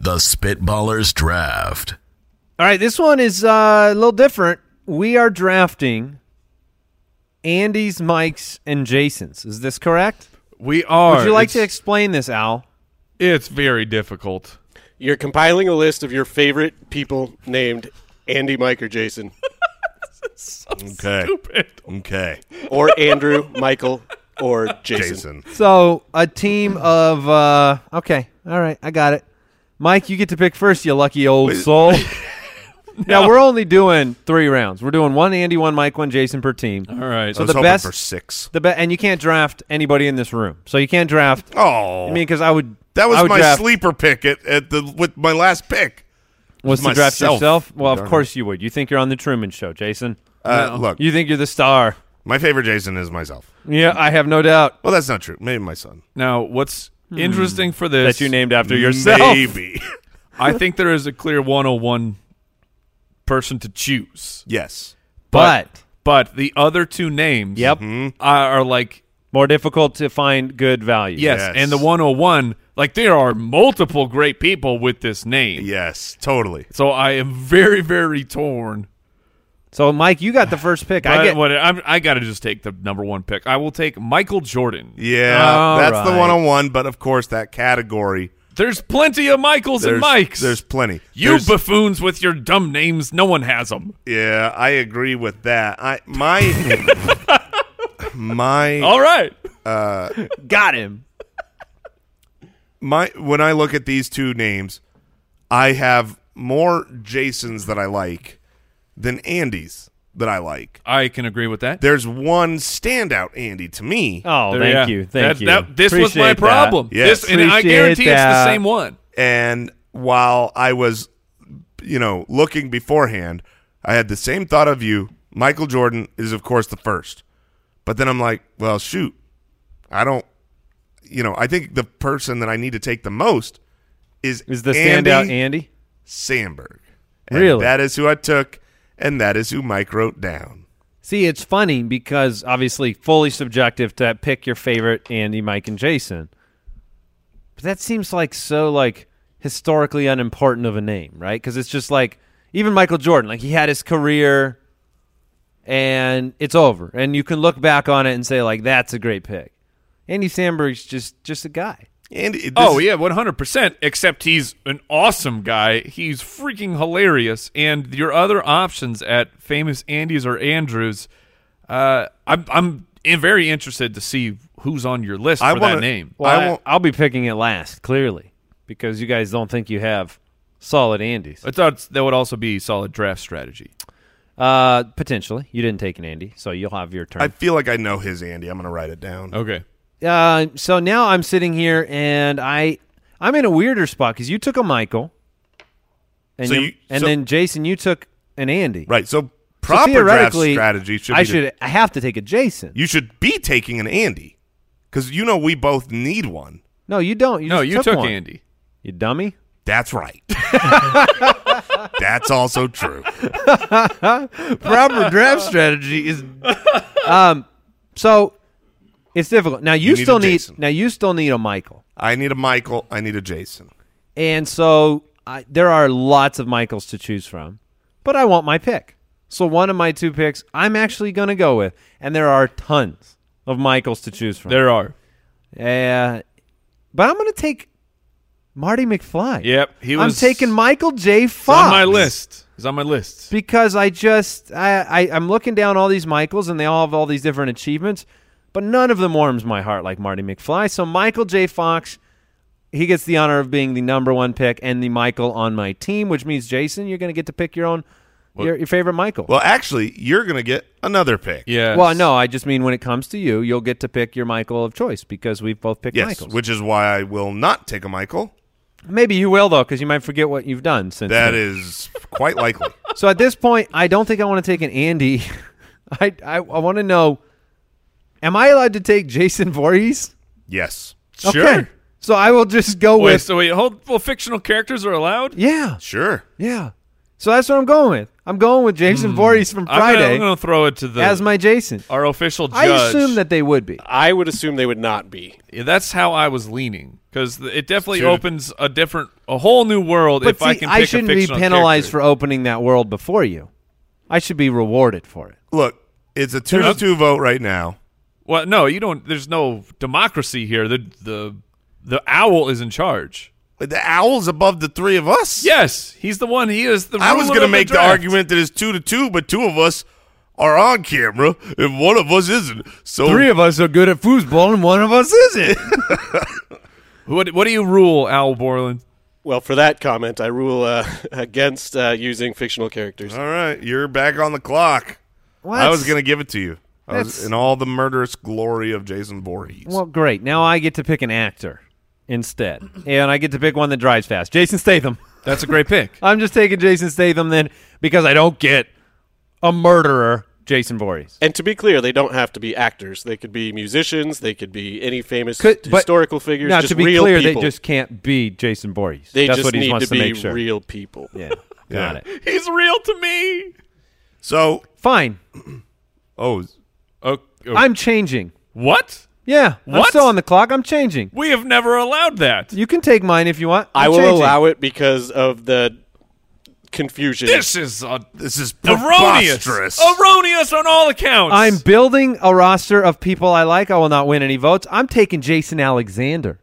S4: The Spitballers Draft.
S3: All right. This one is uh, a little different. We are drafting Andy's, Mike's, and Jason's. Is this correct?
S2: We are.
S3: Would you like to
S2: it's,
S3: explain this, Al?
S2: It's very difficult.
S6: You're compiling a list of your favorite people named Andy, Mike, or Jason,
S5: Okay. Okay.
S6: or Andrew, Michael, or Jason.
S5: Jason.
S3: So a team of uh, okay, all right, I got it. Mike, you get to pick first, you lucky old soul. Now we're only doing three rounds. We're doing one Andy, one Mike, one Jason per team.
S2: All right.
S5: I
S2: So
S5: was
S3: the
S5: hoping
S3: best-
S5: for six.
S3: The be- and you can't draft anybody in this room, so you can't draft.
S5: Oh,
S3: I mean, because I would.
S5: that
S3: I
S5: was
S3: would
S5: my
S3: draft,
S5: sleeper pick at, at the with my last pick.
S3: Was to draft
S5: myself.
S3: yourself? Well, of
S5: Darn it.
S3: course you would. You think you're on the Truman Show, Jason?
S5: Uh, Look,
S3: You think you're the star?
S5: my favorite Jason is myself.
S3: Yeah, I have no doubt
S5: Well, that's not true. Maybe my son.
S2: Now, what's interesting for this
S3: Hmm. that you named after yourself.
S5: Maybe.
S2: I think there is a clear 101 person to choose.
S5: yes.
S3: But
S2: But the other two names
S3: Yep.
S5: Mm-hmm.
S2: are, are like
S3: more difficult to find good value.
S2: yes,
S5: Yes.
S2: and the 101 like there are multiple great people with this name.
S5: Yes. Totally.
S2: So I am very very torn.
S3: So Mike, you got the first pick.
S2: I
S3: I get
S2: what I'm, I got to just take the number 1 pick. I will take Michael Jordan.
S5: Yeah.
S3: All
S5: that's the
S3: right.
S5: one on one, but of course that category.
S2: There's plenty of Michaels
S5: There's,
S2: and Mikes.
S5: There's plenty.
S2: you
S5: There's-
S2: buffoons with your dumb names. No one has them.
S5: Yeah, I agree with that. I my my
S3: Oh.
S2: All right.
S3: got him.
S5: my when I look at these two names, I have more Jasons that I like than Andys that I like.
S2: I can agree with that.
S5: There's one standout Andy to me,
S3: Oh,
S2: There-
S3: thank
S2: yeah.
S3: you, thank
S2: That-
S3: you.
S2: that- this was
S3: Appreciate
S2: my
S3: that.
S2: problem.
S5: Yes.
S2: This, and I
S3: Appreciate
S2: guarantee it's the
S3: that.
S2: same one.
S5: and while I was, you know, looking beforehand, I had the same thought of you. Michael Jordan is of course the first, but then I'm like, well, shoot, I don't. You know, I think the person that I need to take the most is
S3: Is the
S5: Andy
S3: standout Andy?
S5: Sandberg. And
S3: Really?
S5: That is who I took, and that is who Mike wrote down.
S3: See, it's funny because obviously fully subjective to pick your favorite Andy, Mike, and Jason. But that seems like so like historically unimportant of a name, right? Because it's just like even Michael Jordan, like he had his career and it's over. And you can look back on it and say, like, that's a great pick. Andy Sandberg's just just a guy.
S5: And it- this,
S2: Oh yeah, one hundred percent. Except he's an awesome guy. He's freaking hilarious. And your other options at famous Andy's or Andrews, uh, I'm I'm in- very interested to see who's on your list
S5: I
S2: for
S5: wanna-
S2: that name.
S5: Well, I
S3: I
S5: won't-
S3: I'll be picking it last, clearly. Because you guys don't think you have solid Andys.
S2: I thought that would also be solid draft strategy.
S3: Uh, potentially. You didn't take an Andy, so you'll have your turn.
S5: I feel like I know his Andy. I'm going to write it down.
S3: Oh.
S2: Okay.
S3: uh, so now I'm sitting here and I I'm in a weirder spot because you took a Michael, and
S5: So
S3: you-
S5: you-
S3: and
S5: so-
S3: then Jason, you took an Andy.
S5: Right. So
S3: So
S5: proper draft
S3: theoretically,
S5: strategy should be
S3: I
S5: to-
S3: should I have to take a Jason.
S5: you should be taking an Andy because you know we both need one.
S3: no, you don't. You
S2: No,
S3: just
S2: you took
S3: one.
S2: Andy.
S3: You dummy.
S5: That's right. That's also true.
S3: Proper draft strategy is. Um, so it's difficult. Now you,
S5: need
S3: still
S5: a
S3: need.
S5: Jason.
S3: Now you still need a Michael.
S5: I need a Michael. I need a Jason.
S3: And so I, there are lots of Michaels to choose from, but I want my pick. So one of my two picks I'm actually going to go with, and there are tons of Michaels to choose from.
S2: There are.
S3: Uh, but I'm going to take Marty McFly.
S2: Yep, he
S3: I'm
S2: was-
S3: taking Michael J.
S2: It's
S3: Fox
S2: on my list. It's on my list.
S3: because I just I, I I'm looking down all these Michaels and they all have all these different achievements, but none of them warms my heart like Marty McFly. So Michael J. Fox, he gets the honor of being the number one pick and the Michael on my team, which means Jason, you're going to get to pick your own your, your favorite Michael.
S5: Well, actually, you're going to get another pick.
S2: Yeah.
S3: Well, no, I just mean when it comes to you, you'll get to pick your Michael of choice because we've both picked
S5: Yes,
S3: Michaels.
S5: which is why I will not take a Michael.
S3: Maybe you will though, because you might forget what you've done since
S5: That
S3: then.
S5: is quite likely.
S3: So at this point, I don't think I want to take an Andy. I I, I want to know, am I allowed to take Jason Voorhees?
S5: Yes.
S2: Sure.
S3: So I will just go
S2: Wait,
S3: with
S2: so wait, hold. Well, fictional characters are allowed.
S3: yeah,
S5: Sure.
S3: yeah. So that's what I'm going with. I'm going with Jason Voorhees from
S2: Hmm. I'm gonna-
S3: Friday
S2: I'm going to throw it to the
S3: as my Jason.
S2: our official judge.
S3: I assume that they would be.
S6: I would assume they would not be.
S2: Yeah, that's how I was leaning because it definitely opens a different, a whole new world.
S3: But
S2: if I
S3: see,
S2: can,
S3: I,
S2: pick
S3: shouldn't
S2: a
S3: be
S2: fictional
S3: penalized
S2: character.
S3: for opening that world before you. I should be rewarded for it.
S5: Look, it's a two to two vote right now.
S2: Well, no, you don't. There's no democracy here. The the the owl is in charge.
S5: But The owl's above the three of us.
S2: Yes, he's the one. He is the.
S5: I was
S2: going
S5: gonna
S2: to
S5: make the, argument that it's two to two, but two of us are on camera and one of us isn't. So
S3: of us are good at foosball, and one of us isn't.
S2: What What do you rule, Owl Borland?
S6: Well, for that comment, I rule uh, against uh, using fictional characters.
S5: all right, you're back on the clock.
S3: What?
S5: I was going to give it to you. I was
S3: That's-
S5: in all the murderous glory of Jason Voorhees.
S3: Well, great. Now I get to pick an actor instead, and I get to pick one that drives fast. Jason Statham.
S2: That's a great pick.
S3: I'm just taking Jason Statham then because I don't get a murderer Jason Voorhees.
S6: And to be clear, they don't have to be actors. They could be musicians. They could be any famous
S3: Could- but-
S6: historical figures.
S3: Now,
S6: just
S3: to be
S6: real
S3: clear,
S6: people.
S3: they just can't be Jason Voorhees.
S6: They
S3: That's
S6: just
S3: what he
S6: need
S3: wants
S6: to be
S3: make sure.
S6: real people.
S3: Yeah,
S5: Yeah.
S3: got it.
S2: He's real to me.
S5: So,
S3: Fine,
S5: oh,
S2: Oh, oh,
S3: I'm changing.
S2: what?
S3: Yeah, I'm
S2: What?
S3: still on the clock. I'm changing.
S2: We have never allowed that.
S3: You can take mine if you want.
S6: I
S3: I'm
S6: will
S3: changing.
S6: allow it because of the confusion.
S2: This is uh,
S5: this is
S2: erroneous.
S5: preposterous.
S2: Erroneous on all accounts.
S3: I'm building a roster of people I like. I will not win any votes. I'm taking Jason Alexander.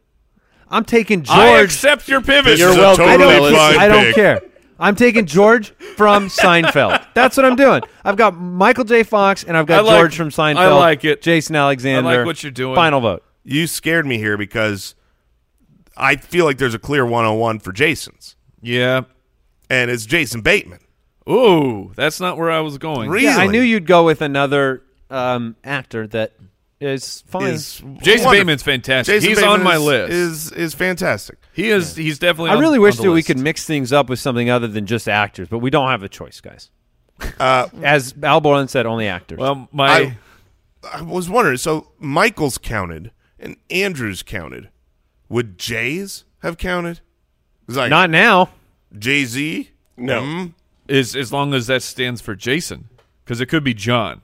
S3: I'm taking George.
S2: I accept your pivot.
S5: This
S6: You're
S5: is a
S6: welcome,
S3: I
S5: totally
S3: don't,
S6: fellas.
S5: fine
S3: I don't
S5: pick.
S3: care. I'm taking George from Seinfeld. That's what I'm doing. I've got Michael J. Fox and I've
S2: I
S3: got
S2: like-
S3: George from Seinfeld.
S2: I like it.
S3: Jason Alexander.
S2: I like what you're doing.
S3: Final vote.
S5: You scared me here because I feel like there's a clear one-on-one for Jason's,
S2: yeah.
S5: and it's Jason Bateman.
S2: Ooh, that's not where I was going.
S5: Really?
S3: Yeah, I knew you'd go with another um, actor that is fine.
S5: Is
S2: Jason
S5: wonderful.
S2: Bateman's fantastic. He's on my
S5: is-
S2: list.
S5: Is is fantastic.
S2: he is. He's definitely.
S3: I
S2: on-
S3: really
S2: on
S3: wish
S2: the
S3: that we
S2: list.
S3: could mix things up with something other than just actors, but we don't have a choice, guys. As Alboran said, only actors.
S2: Well, my
S5: I- I was wondering. So Michael's counted and Andrews counted. Would Jay's have counted? It's like
S3: not now.
S5: Jay Z.
S6: No.
S2: is as long as that stands for Jason, because it could be John,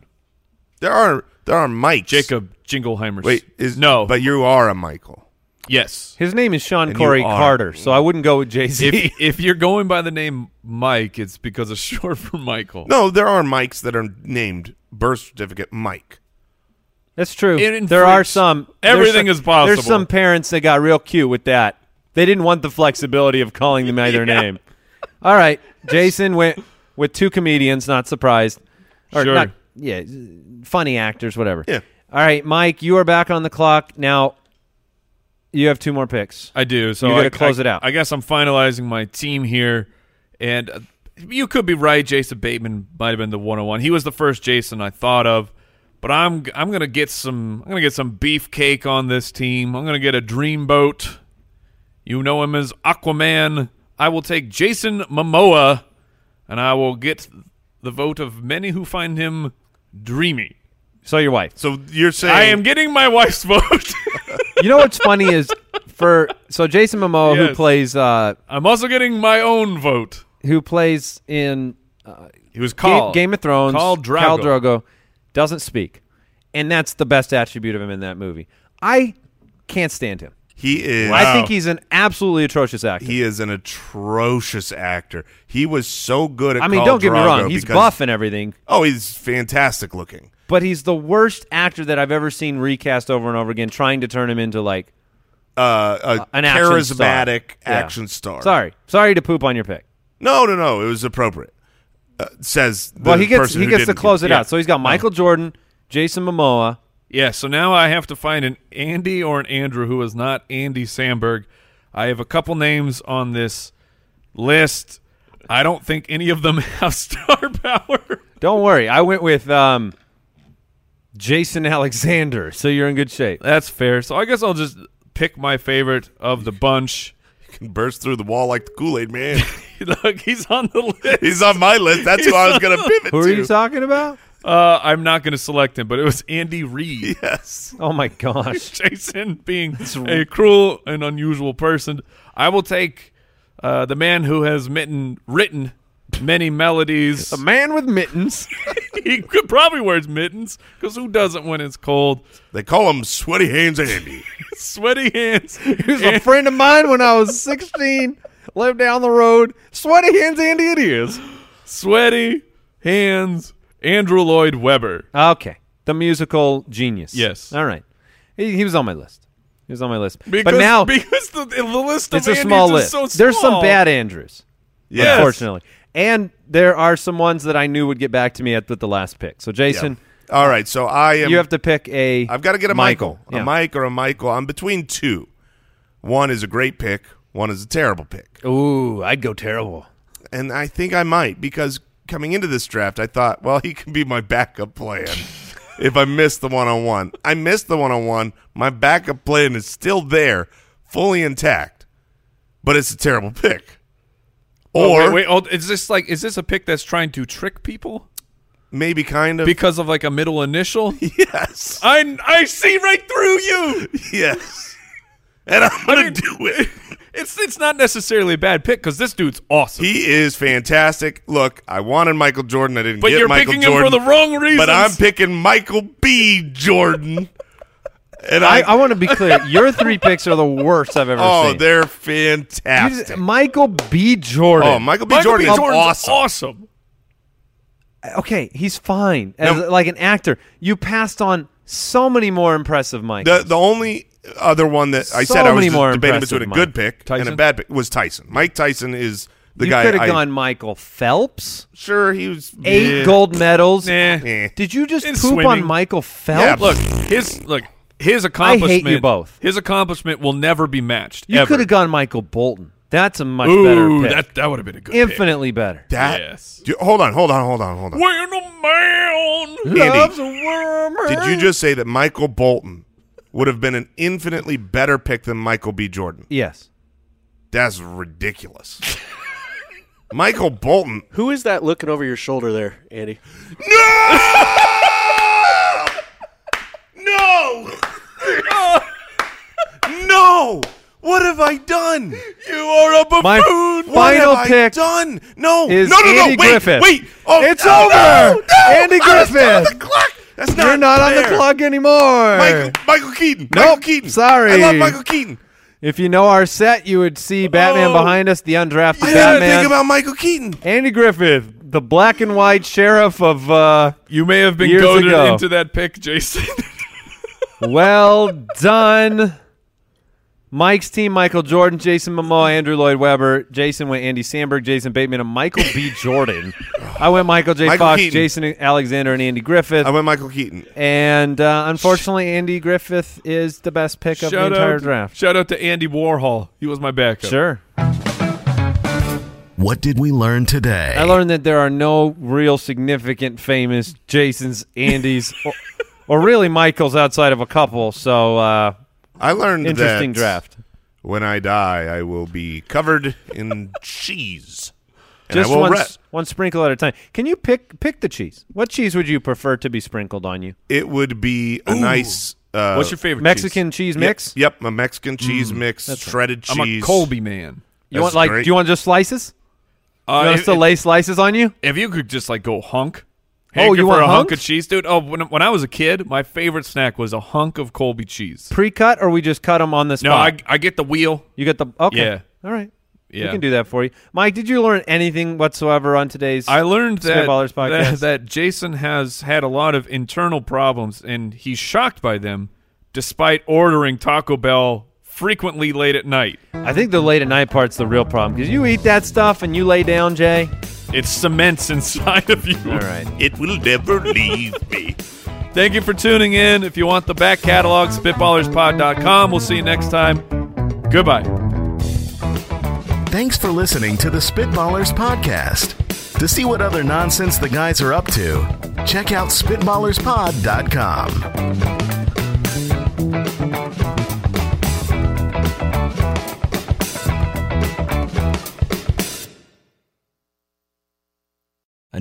S5: There are there are Mikes.
S2: Jacob Jingleheimer.
S5: Wait, is
S2: no,
S5: but you are a Michael.
S2: yes.
S3: His name is Sean
S5: you
S3: Corey
S5: are.
S3: Carter, so I wouldn't go with Jay Z.
S2: If, if you're going by the name Mike, it's because it's short for Michael.
S5: No, there are Mikes that are named birth certificate Mike.
S3: That's true.
S2: It infringes-
S3: there are some. there's
S2: Everything
S3: some-
S2: is possible.
S3: There's some parents that got real cute with that. They didn't want the flexibility of calling them by their name. All right, Jason went with two comedians. Not surprised. Or
S2: Sure.
S3: not- yeah, funny actors, whatever.
S5: Yeah.
S3: All right, Mike, you are back on the clock now. You have two more picks.
S2: I do. So
S3: You
S2: I
S3: gotta close
S2: I-
S3: it out.
S2: I guess I'm finalizing my team here, and uh, you could be right. Jason Bateman might have been the 101. He was the first Jason I thought of, but I'm I'm gonna get some I'm gonna get some beefcake on this team. I'm gonna get a dreamboat. You know him as Aquaman. I will take Jason Momoa, and I will get the vote of many who find him dreamy.
S3: So your wife.
S5: So you're saying
S2: I am getting my wife's vote.
S3: You know what's funny is for so Jason Momoa who
S2: Yes.
S3: plays uh
S2: I'm also getting my own vote.
S3: who plays in
S2: He was
S3: Ga-
S2: called
S3: Game of Thrones.
S2: Khal Drogo.
S3: Khal Drogo doesn't speak, and that's the best attribute of him in that movie. I can't stand him.
S5: he is.
S3: I think he's an absolutely atrocious actor.
S5: he is an atrocious actor. He was so good at.
S3: I mean,
S5: Khal
S3: don't get me
S5: Drogo
S3: wrong; he's
S5: because-
S3: buff and everything,
S5: Oh, he's fantastic looking.
S3: but he's the worst actor that I've ever seen recast over and over again, trying to turn him into like.
S5: Uh, a
S3: An action
S5: charismatic
S3: star. Yeah.
S5: action star.
S3: Sorry, sorry to poop on your pick.
S5: No, no, no. It was appropriate. Uh, says the
S3: Well, he gets
S5: person
S3: he
S5: who
S3: gets to
S5: didn't
S3: close
S5: get
S3: it out. So he's got Michael Jordan, Jason Momoa.
S2: Yeah, so now I have to find an Andy or an Andrew who is not Andy Sandberg. I have a couple names on this list. I don't think any of them have star power.
S3: Don't worry, I went with um, Jason Alexander, so you're in good shape.
S2: That's fair. So I guess I'll just pick my favorite of the bunch.
S5: Can burst through the wall like the Kool Aid Man.
S2: Look, he's on the list.
S5: he's on my list. That's who I was going to pivot
S3: Who
S5: to.
S3: are you talking about?
S2: Uh, I'm not going to select him, but it was Andy Reid.
S5: yes.
S3: Oh my gosh.
S2: Jason being a cruel and unusual person. I will take uh, the man who has mitten, written many melodies.
S3: A man with mittens.
S2: he could probably wears mittens because who doesn't when it's cold?
S5: They call him Sweaty Hands Andy.
S2: Sweaty hands.
S3: He was a friend of mine when I was 16. Lived down the road. Sweaty hands, Andy, it is.
S2: Sweaty hands. Andrew Lloyd Webber.
S3: Okay. The musical genius.
S2: Yes.
S3: All right. He, he was on my list. He was on my list.
S2: Because,
S3: but now
S2: because the, the list of
S3: it's a
S2: Andys
S3: small
S2: is
S3: list.
S2: so
S3: There's some
S2: small.
S3: bad Andrews,
S5: Yes.
S3: unfortunately. And there are some ones that I knew would get back to me at with the last pick. So, Jason,
S5: All right. So I am.
S3: you have to pick a.
S5: I've got to get a Michael.
S3: Yeah.
S5: A Mike or a Michael. I'm between two. One is a great pick, one is a terrible pick.
S3: Ooh, I'd go terrible.
S5: And I think I might because coming into this draft, I thought, well, he can be my backup plan if I miss the one on one. I missed the one on one. My backup plan is still there, fully intact, but it's a terrible pick.
S2: Oh, wait,
S5: Or
S2: wait, oh, is this like is this a pick that's trying to trick people?
S5: Maybe kind of.
S2: because of like a middle initial.
S5: yes.
S2: I I see right through you.
S5: Yes. And I'm gonna do it.
S2: It's it's not necessarily a bad pick because this dude's awesome.
S5: He is fantastic. Look, I wanted Michael Jordan. I didn't
S2: but
S5: get
S2: you're
S5: Michael
S2: picking
S5: Jordan.
S2: him for the wrong reasons.
S5: but I'm picking Michael B. Jordan. and
S3: I,
S5: I,
S3: I want to be clear. Your three picks are the worst I've ever
S5: oh,
S3: seen.
S5: they're
S3: You
S5: fantastic.
S3: just- Michael B. Jordan.
S5: oh, Michael B.
S2: Michael
S5: Jordan
S2: B.
S5: is
S2: Jordan's
S5: awesome.
S2: awesome.
S3: okay, he's fine as
S5: No.
S3: like an actor. You passed on so many more impressive Mike.
S5: The the only other one that I
S3: So
S5: said I was
S3: many
S5: just
S3: more
S5: debating
S3: impressive,
S5: between a
S3: Mike.
S5: good pick and a
S2: Tyson?
S5: bad pick was Tyson. Mike Tyson is the
S3: you
S5: guy.
S3: could
S5: I-
S3: have gone Michael Phelps,
S5: Sure, he was
S3: eight
S5: yeah.
S3: gold medals.
S2: Nah.
S5: Eh.
S3: Did you just
S2: In
S3: poop
S2: swimming.
S3: on Michael
S5: Yeah,
S3: Phelps?
S2: Look, his look his
S3: I hate you
S2: accomplishment.
S3: both.
S2: His accomplishment will never be matched.
S3: you
S2: ever.
S3: could have gone Michael Bolton. That's a much
S2: Ooh,
S3: better pick.
S2: that that would have been a good pick.
S3: Infinitely better.
S5: That
S2: Yes.
S5: Dude, hold on, hold on, hold on, hold on.
S2: When a man
S5: Andy.
S2: loves a woman.
S5: Did you just say that Michael Bolton would have been an infinitely better pick than Michael B. Jordan?
S3: Yes.
S5: That's ridiculous. Michael Bolton.
S6: Who is that looking over your shoulder there, Andy?
S5: No! No! no! What have I done? You are a buffoon.
S3: My
S5: what
S3: final
S5: have
S3: pick
S5: I done? No.
S3: is
S5: no, no, no.
S3: Andy
S5: wait,
S3: Griffith.
S5: wait. Oh,
S3: It's
S5: no,
S3: over.
S5: No, no,
S3: Andy
S5: I was not on
S3: Griffith.
S5: the clock. That's not
S3: You're not on the
S5: fair.
S3: clock anymore.
S5: Michael, Michael Keaton.
S3: Nope,
S5: Michael Keaton.
S3: sorry.
S5: I love Michael Keaton.
S3: If you know our set, you would see Batman
S5: Oh.
S3: behind us, the undrafted
S5: I didn't
S3: Batman.
S5: think about Michael Keaton.
S3: Andy Griffith, the black and white sheriff of uh
S2: You may have been
S3: Years
S2: goaded
S3: ago.
S2: into that pick, Jason.
S3: well done. Mike's team, Michael Jordan, Jason Momoa, Andrew Lloyd Webber. Jason went Andy Sandberg, Jason Bateman, and Michael B. Jordan. I went Michael J.
S5: Michael
S3: Fox,
S5: Keaton.
S3: Jason Alexander, and Andy Griffith.
S5: I went Michael Keaton.
S3: and uh, unfortunately, Andy Griffith is the best pick of the entire draft.
S2: Shout out to Andy Warhol. He was my backup.
S3: Sure.
S4: What did we learn today?
S3: I learned that there are no real significant famous Jasons, Andys, or, or really Michaels outside of a couple. So uh,
S5: I learned
S3: interesting
S5: that
S3: draft.
S5: When I die, I will be covered in cheese. And
S3: Just
S5: I will
S3: one,
S5: rest.
S3: s- one sprinkle at a time. Can you pick pick the cheese? What cheese would you prefer to be sprinkled on you?
S5: It would be a nice. Uh,
S2: What's your favorite
S3: Mexican cheese, mix.
S5: Yep, a Mexican cheese mix, shredded
S2: cheese? I'm
S5: cheese.
S2: a Colby man.
S3: You want
S5: That's
S3: like?
S5: great.
S3: Do you want just slices?
S2: Uh,
S3: you want
S2: if,
S3: us to lay slices on you?
S2: if you could just like go hunk.
S3: Oh,
S2: Hanker
S3: you
S2: for
S3: want
S2: a hunk
S3: hunks?
S2: of cheese, dude? Oh, when, when I was a kid, my favorite snack was a hunk of Colby cheese.
S3: Pre cut, or we just cut them on the spot?
S2: No, I, I get the wheel.
S3: you get the okay.
S2: Yeah.
S3: All right.
S2: Yeah.
S3: We can do that for you, Mike. Did you learn anything whatsoever on today's?
S2: I learned that,
S3: Spitballers podcast.
S2: that that Jason has had a lot of internal problems, and he's shocked by them, despite ordering Taco Bell frequently late at night.
S3: I think the late at night part's the real problem because you eat that stuff and you lay down, Jay.
S2: It cements inside of you.
S3: All right.
S5: It will never leave me.
S2: Thank you for tuning in. If you want the back catalog, spitballerspod.com. We'll see you next time. Goodbye.
S4: Thanks for listening to the Spitballers Podcast. To see what other nonsense the guys are up to, check out SpitballersPod.com.
S1: A